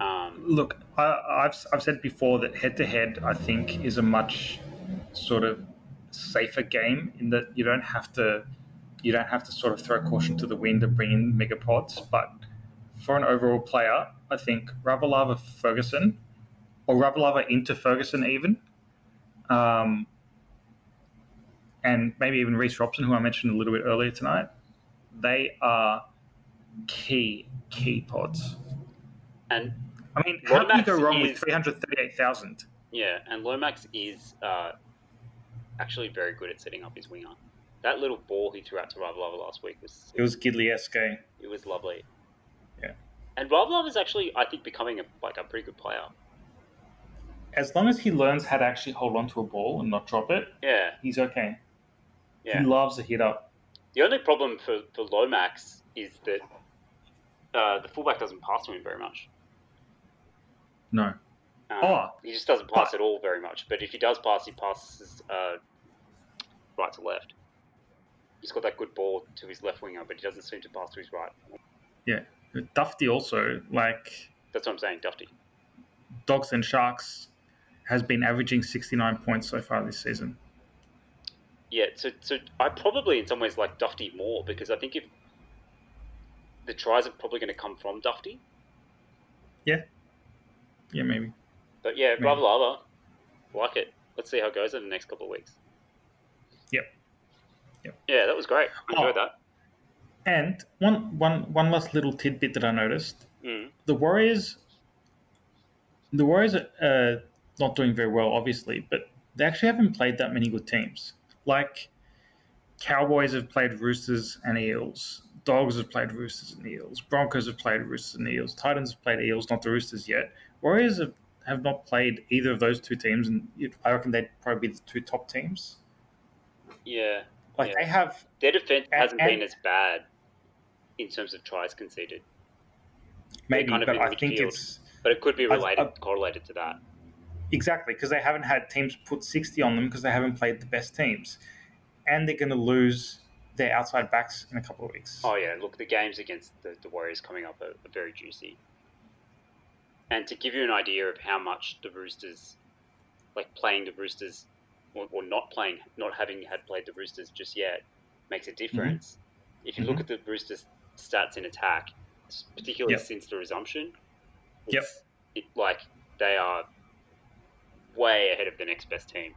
Speaker 2: Um,
Speaker 1: Look, I, I've, I've said before that head to head, I think, is a much sort of safer game in that you don't have to you don't have to sort of throw caution to the wind and bring in mega pods. But for an overall player, I think Ravalava Ferguson or Ravalava into Ferguson even, um, and maybe even Reese Robson, who I mentioned a little bit earlier tonight. They are key key pods.
Speaker 2: and
Speaker 1: I mean, how can you go
Speaker 2: Lomax
Speaker 1: wrong
Speaker 2: is-
Speaker 1: with 338,000?
Speaker 2: Yeah, and Lomax is uh, actually very good at setting up his winger. That little ball he threw out to Ravalava last week was
Speaker 1: It was Gidley esque.
Speaker 2: it was lovely.
Speaker 1: Yeah.
Speaker 2: And Ravalava is actually, I think, becoming a, like a pretty good player.
Speaker 1: As long as he learns how to actually hold onto a ball and not drop it,
Speaker 2: Yeah,
Speaker 1: he's okay.
Speaker 2: yeah.
Speaker 1: He loves a hit up.
Speaker 2: The only problem for, for Lomax is that uh, the fullback doesn't pass to him very much.
Speaker 1: No.
Speaker 2: Um,
Speaker 1: Oh.
Speaker 2: He just doesn't pass at all very much. But if he does pass, he passes uh, right to left. He's got that good ball to his left winger, but he doesn't seem to pass to his right.
Speaker 1: Dufty also, like
Speaker 2: That's what I'm saying, Dufty.
Speaker 1: Dogs and Sharks, has been averaging 69 points so far this season.
Speaker 2: Yeah, so so I probably in some ways like Dufty more because I think if the tries are probably going to come from Dufty,
Speaker 1: Yeah, maybe.
Speaker 2: but yeah,
Speaker 1: Maybe.
Speaker 2: Ravalava, like it. let's see how it goes in the next couple of weeks.
Speaker 1: Yep. Yep.
Speaker 2: Yeah, that was great. I enjoyed
Speaker 1: Oh. And one one one last little tidbit that I noticed:
Speaker 2: that. Mm.
Speaker 1: the Warriors, the Warriors are uh, not doing very well, obviously, but they actually haven't played that many good teams. Like Cowboys have played Roosters and Eels. Dogs have played Roosters and Eels. Broncos have played Roosters and Eels. Titans have played Eels, not the Roosters yet. Warriors have, have not played either of those two teams, and it- I reckon they'd probably be the two top teams.
Speaker 2: Yeah.
Speaker 1: Like
Speaker 2: Yeah.
Speaker 1: they have
Speaker 2: Their defense
Speaker 1: And-
Speaker 2: hasn't been
Speaker 1: and-
Speaker 2: as bad in terms of tries conceded,
Speaker 1: maybe,
Speaker 2: kind of
Speaker 1: but
Speaker 2: in
Speaker 1: I think
Speaker 2: midfield.
Speaker 1: it's
Speaker 2: but it could be
Speaker 1: I-
Speaker 2: related,
Speaker 1: I-
Speaker 2: correlated to that.
Speaker 1: Exactly, because they haven't had teams put 60 on them because they haven't played the best teams. And they're going to lose their outside backs in a couple of weeks.
Speaker 2: Oh yeah, look, the games against the, the Warriors coming up are, are very juicy. And to give you an idea of how much the Roosters, like playing the Roosters, or, or not playing, not having had played the Roosters just yet, makes
Speaker 1: Mm-hmm.
Speaker 2: a difference. If you look at the Roosters' stats in attack, s- particularly
Speaker 1: Yep.
Speaker 2: since the resumption,
Speaker 1: Yep.
Speaker 2: it's- it, like they are way ahead of the next best team.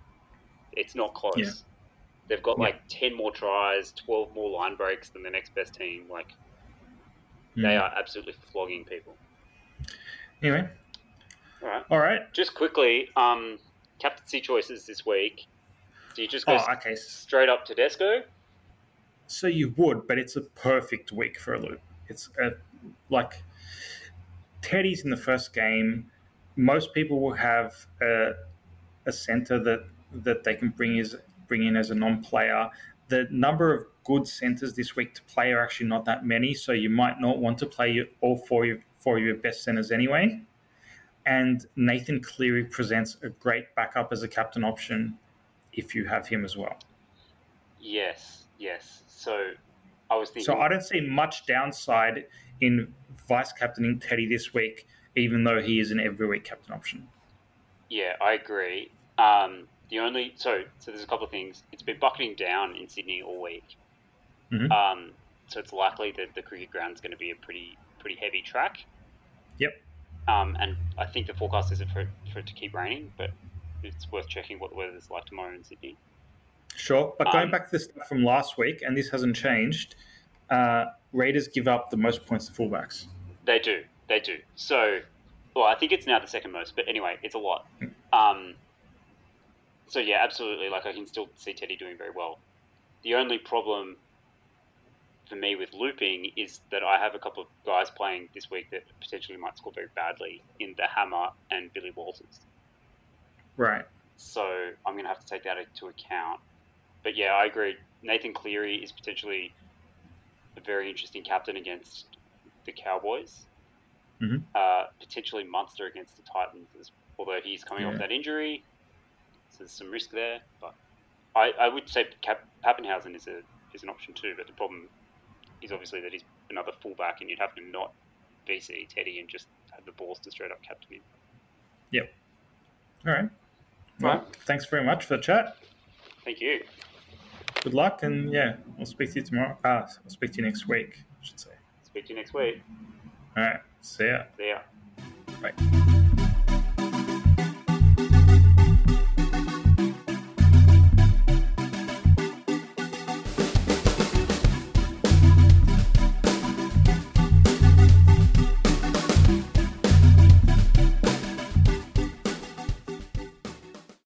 Speaker 2: It's not close.
Speaker 1: Yeah.
Speaker 2: They've got
Speaker 1: Yeah.
Speaker 2: like ten more tries, twelve more line breaks than the next best team. Like
Speaker 1: Mm-hmm. Mm.
Speaker 2: they are absolutely flogging people.
Speaker 1: Anyway,
Speaker 2: All right.
Speaker 1: all right.
Speaker 2: Just quickly, um, captaincy choices this week. Do you just go
Speaker 1: Oh,
Speaker 2: s-
Speaker 1: okay. s-
Speaker 2: straight up to Desco?
Speaker 1: So you would, but it's a perfect week for a loop. It's a, like Teddy's in the first game. Most people will have a, a center that, that they can bring, is, bring in as a non player. The number of good centers this week to play are actually not that many, so you might not want to play your, all four of, your, four of your best centers anyway. And Nathan Cleary presents a great backup as a captain option if you have him as well.
Speaker 2: Yes, yes. So I was thinking.
Speaker 1: So I don't see much downside in vice captaining Teddy this week, even though he is an every week captain option.
Speaker 2: Yeah, I agree. Um, the only so so there's a couple of things. It's been bucketing down in Sydney all week,
Speaker 1: Mhm.
Speaker 2: um, so it's likely that the cricket ground's going to be a pretty pretty heavy track.
Speaker 1: Yep.
Speaker 2: Um, and I think the forecast is for it, for it to keep raining, but it's worth checking what the weather's like tomorrow in Sydney.
Speaker 1: Sure, but going
Speaker 2: Um,
Speaker 1: back to the stuff from last week, and this hasn't changed. Uh, Raiders give up the most points to fullbacks.
Speaker 2: They do, they do. So, well, I think it's now the second most, but anyway, it's a lot. Um, so yeah, absolutely. Like I can still see Teddy doing very well. The only problem for me with looping is that I have a couple of guys playing this week that potentially might score very badly in the Hammer and Billy Walters.
Speaker 1: Right.
Speaker 2: So I'm going to have to take that into account. But yeah, I agree. Nathan Cleary is potentially a very interesting captain against the Cowboys.
Speaker 1: Mhm.
Speaker 2: Uh, potentially Munster against the Titans, as- although he's coming
Speaker 1: Yeah.
Speaker 2: off that injury. So there's some risk there. But I, I would say Cap- Pappenhausen is, a, is an option too. But the problem is obviously that he's another fullback and you'd have to not VC Teddy and just have the balls to straight up captain him.
Speaker 1: All right. Well, thanks very much for the chat.
Speaker 2: Thank you.
Speaker 1: Good luck, and yeah, I'll speak to you tomorrow. Ah, I'll speak to you next week, I should say.
Speaker 2: Speak to you next week.
Speaker 1: All right. See ya.
Speaker 2: See ya.
Speaker 1: Bye.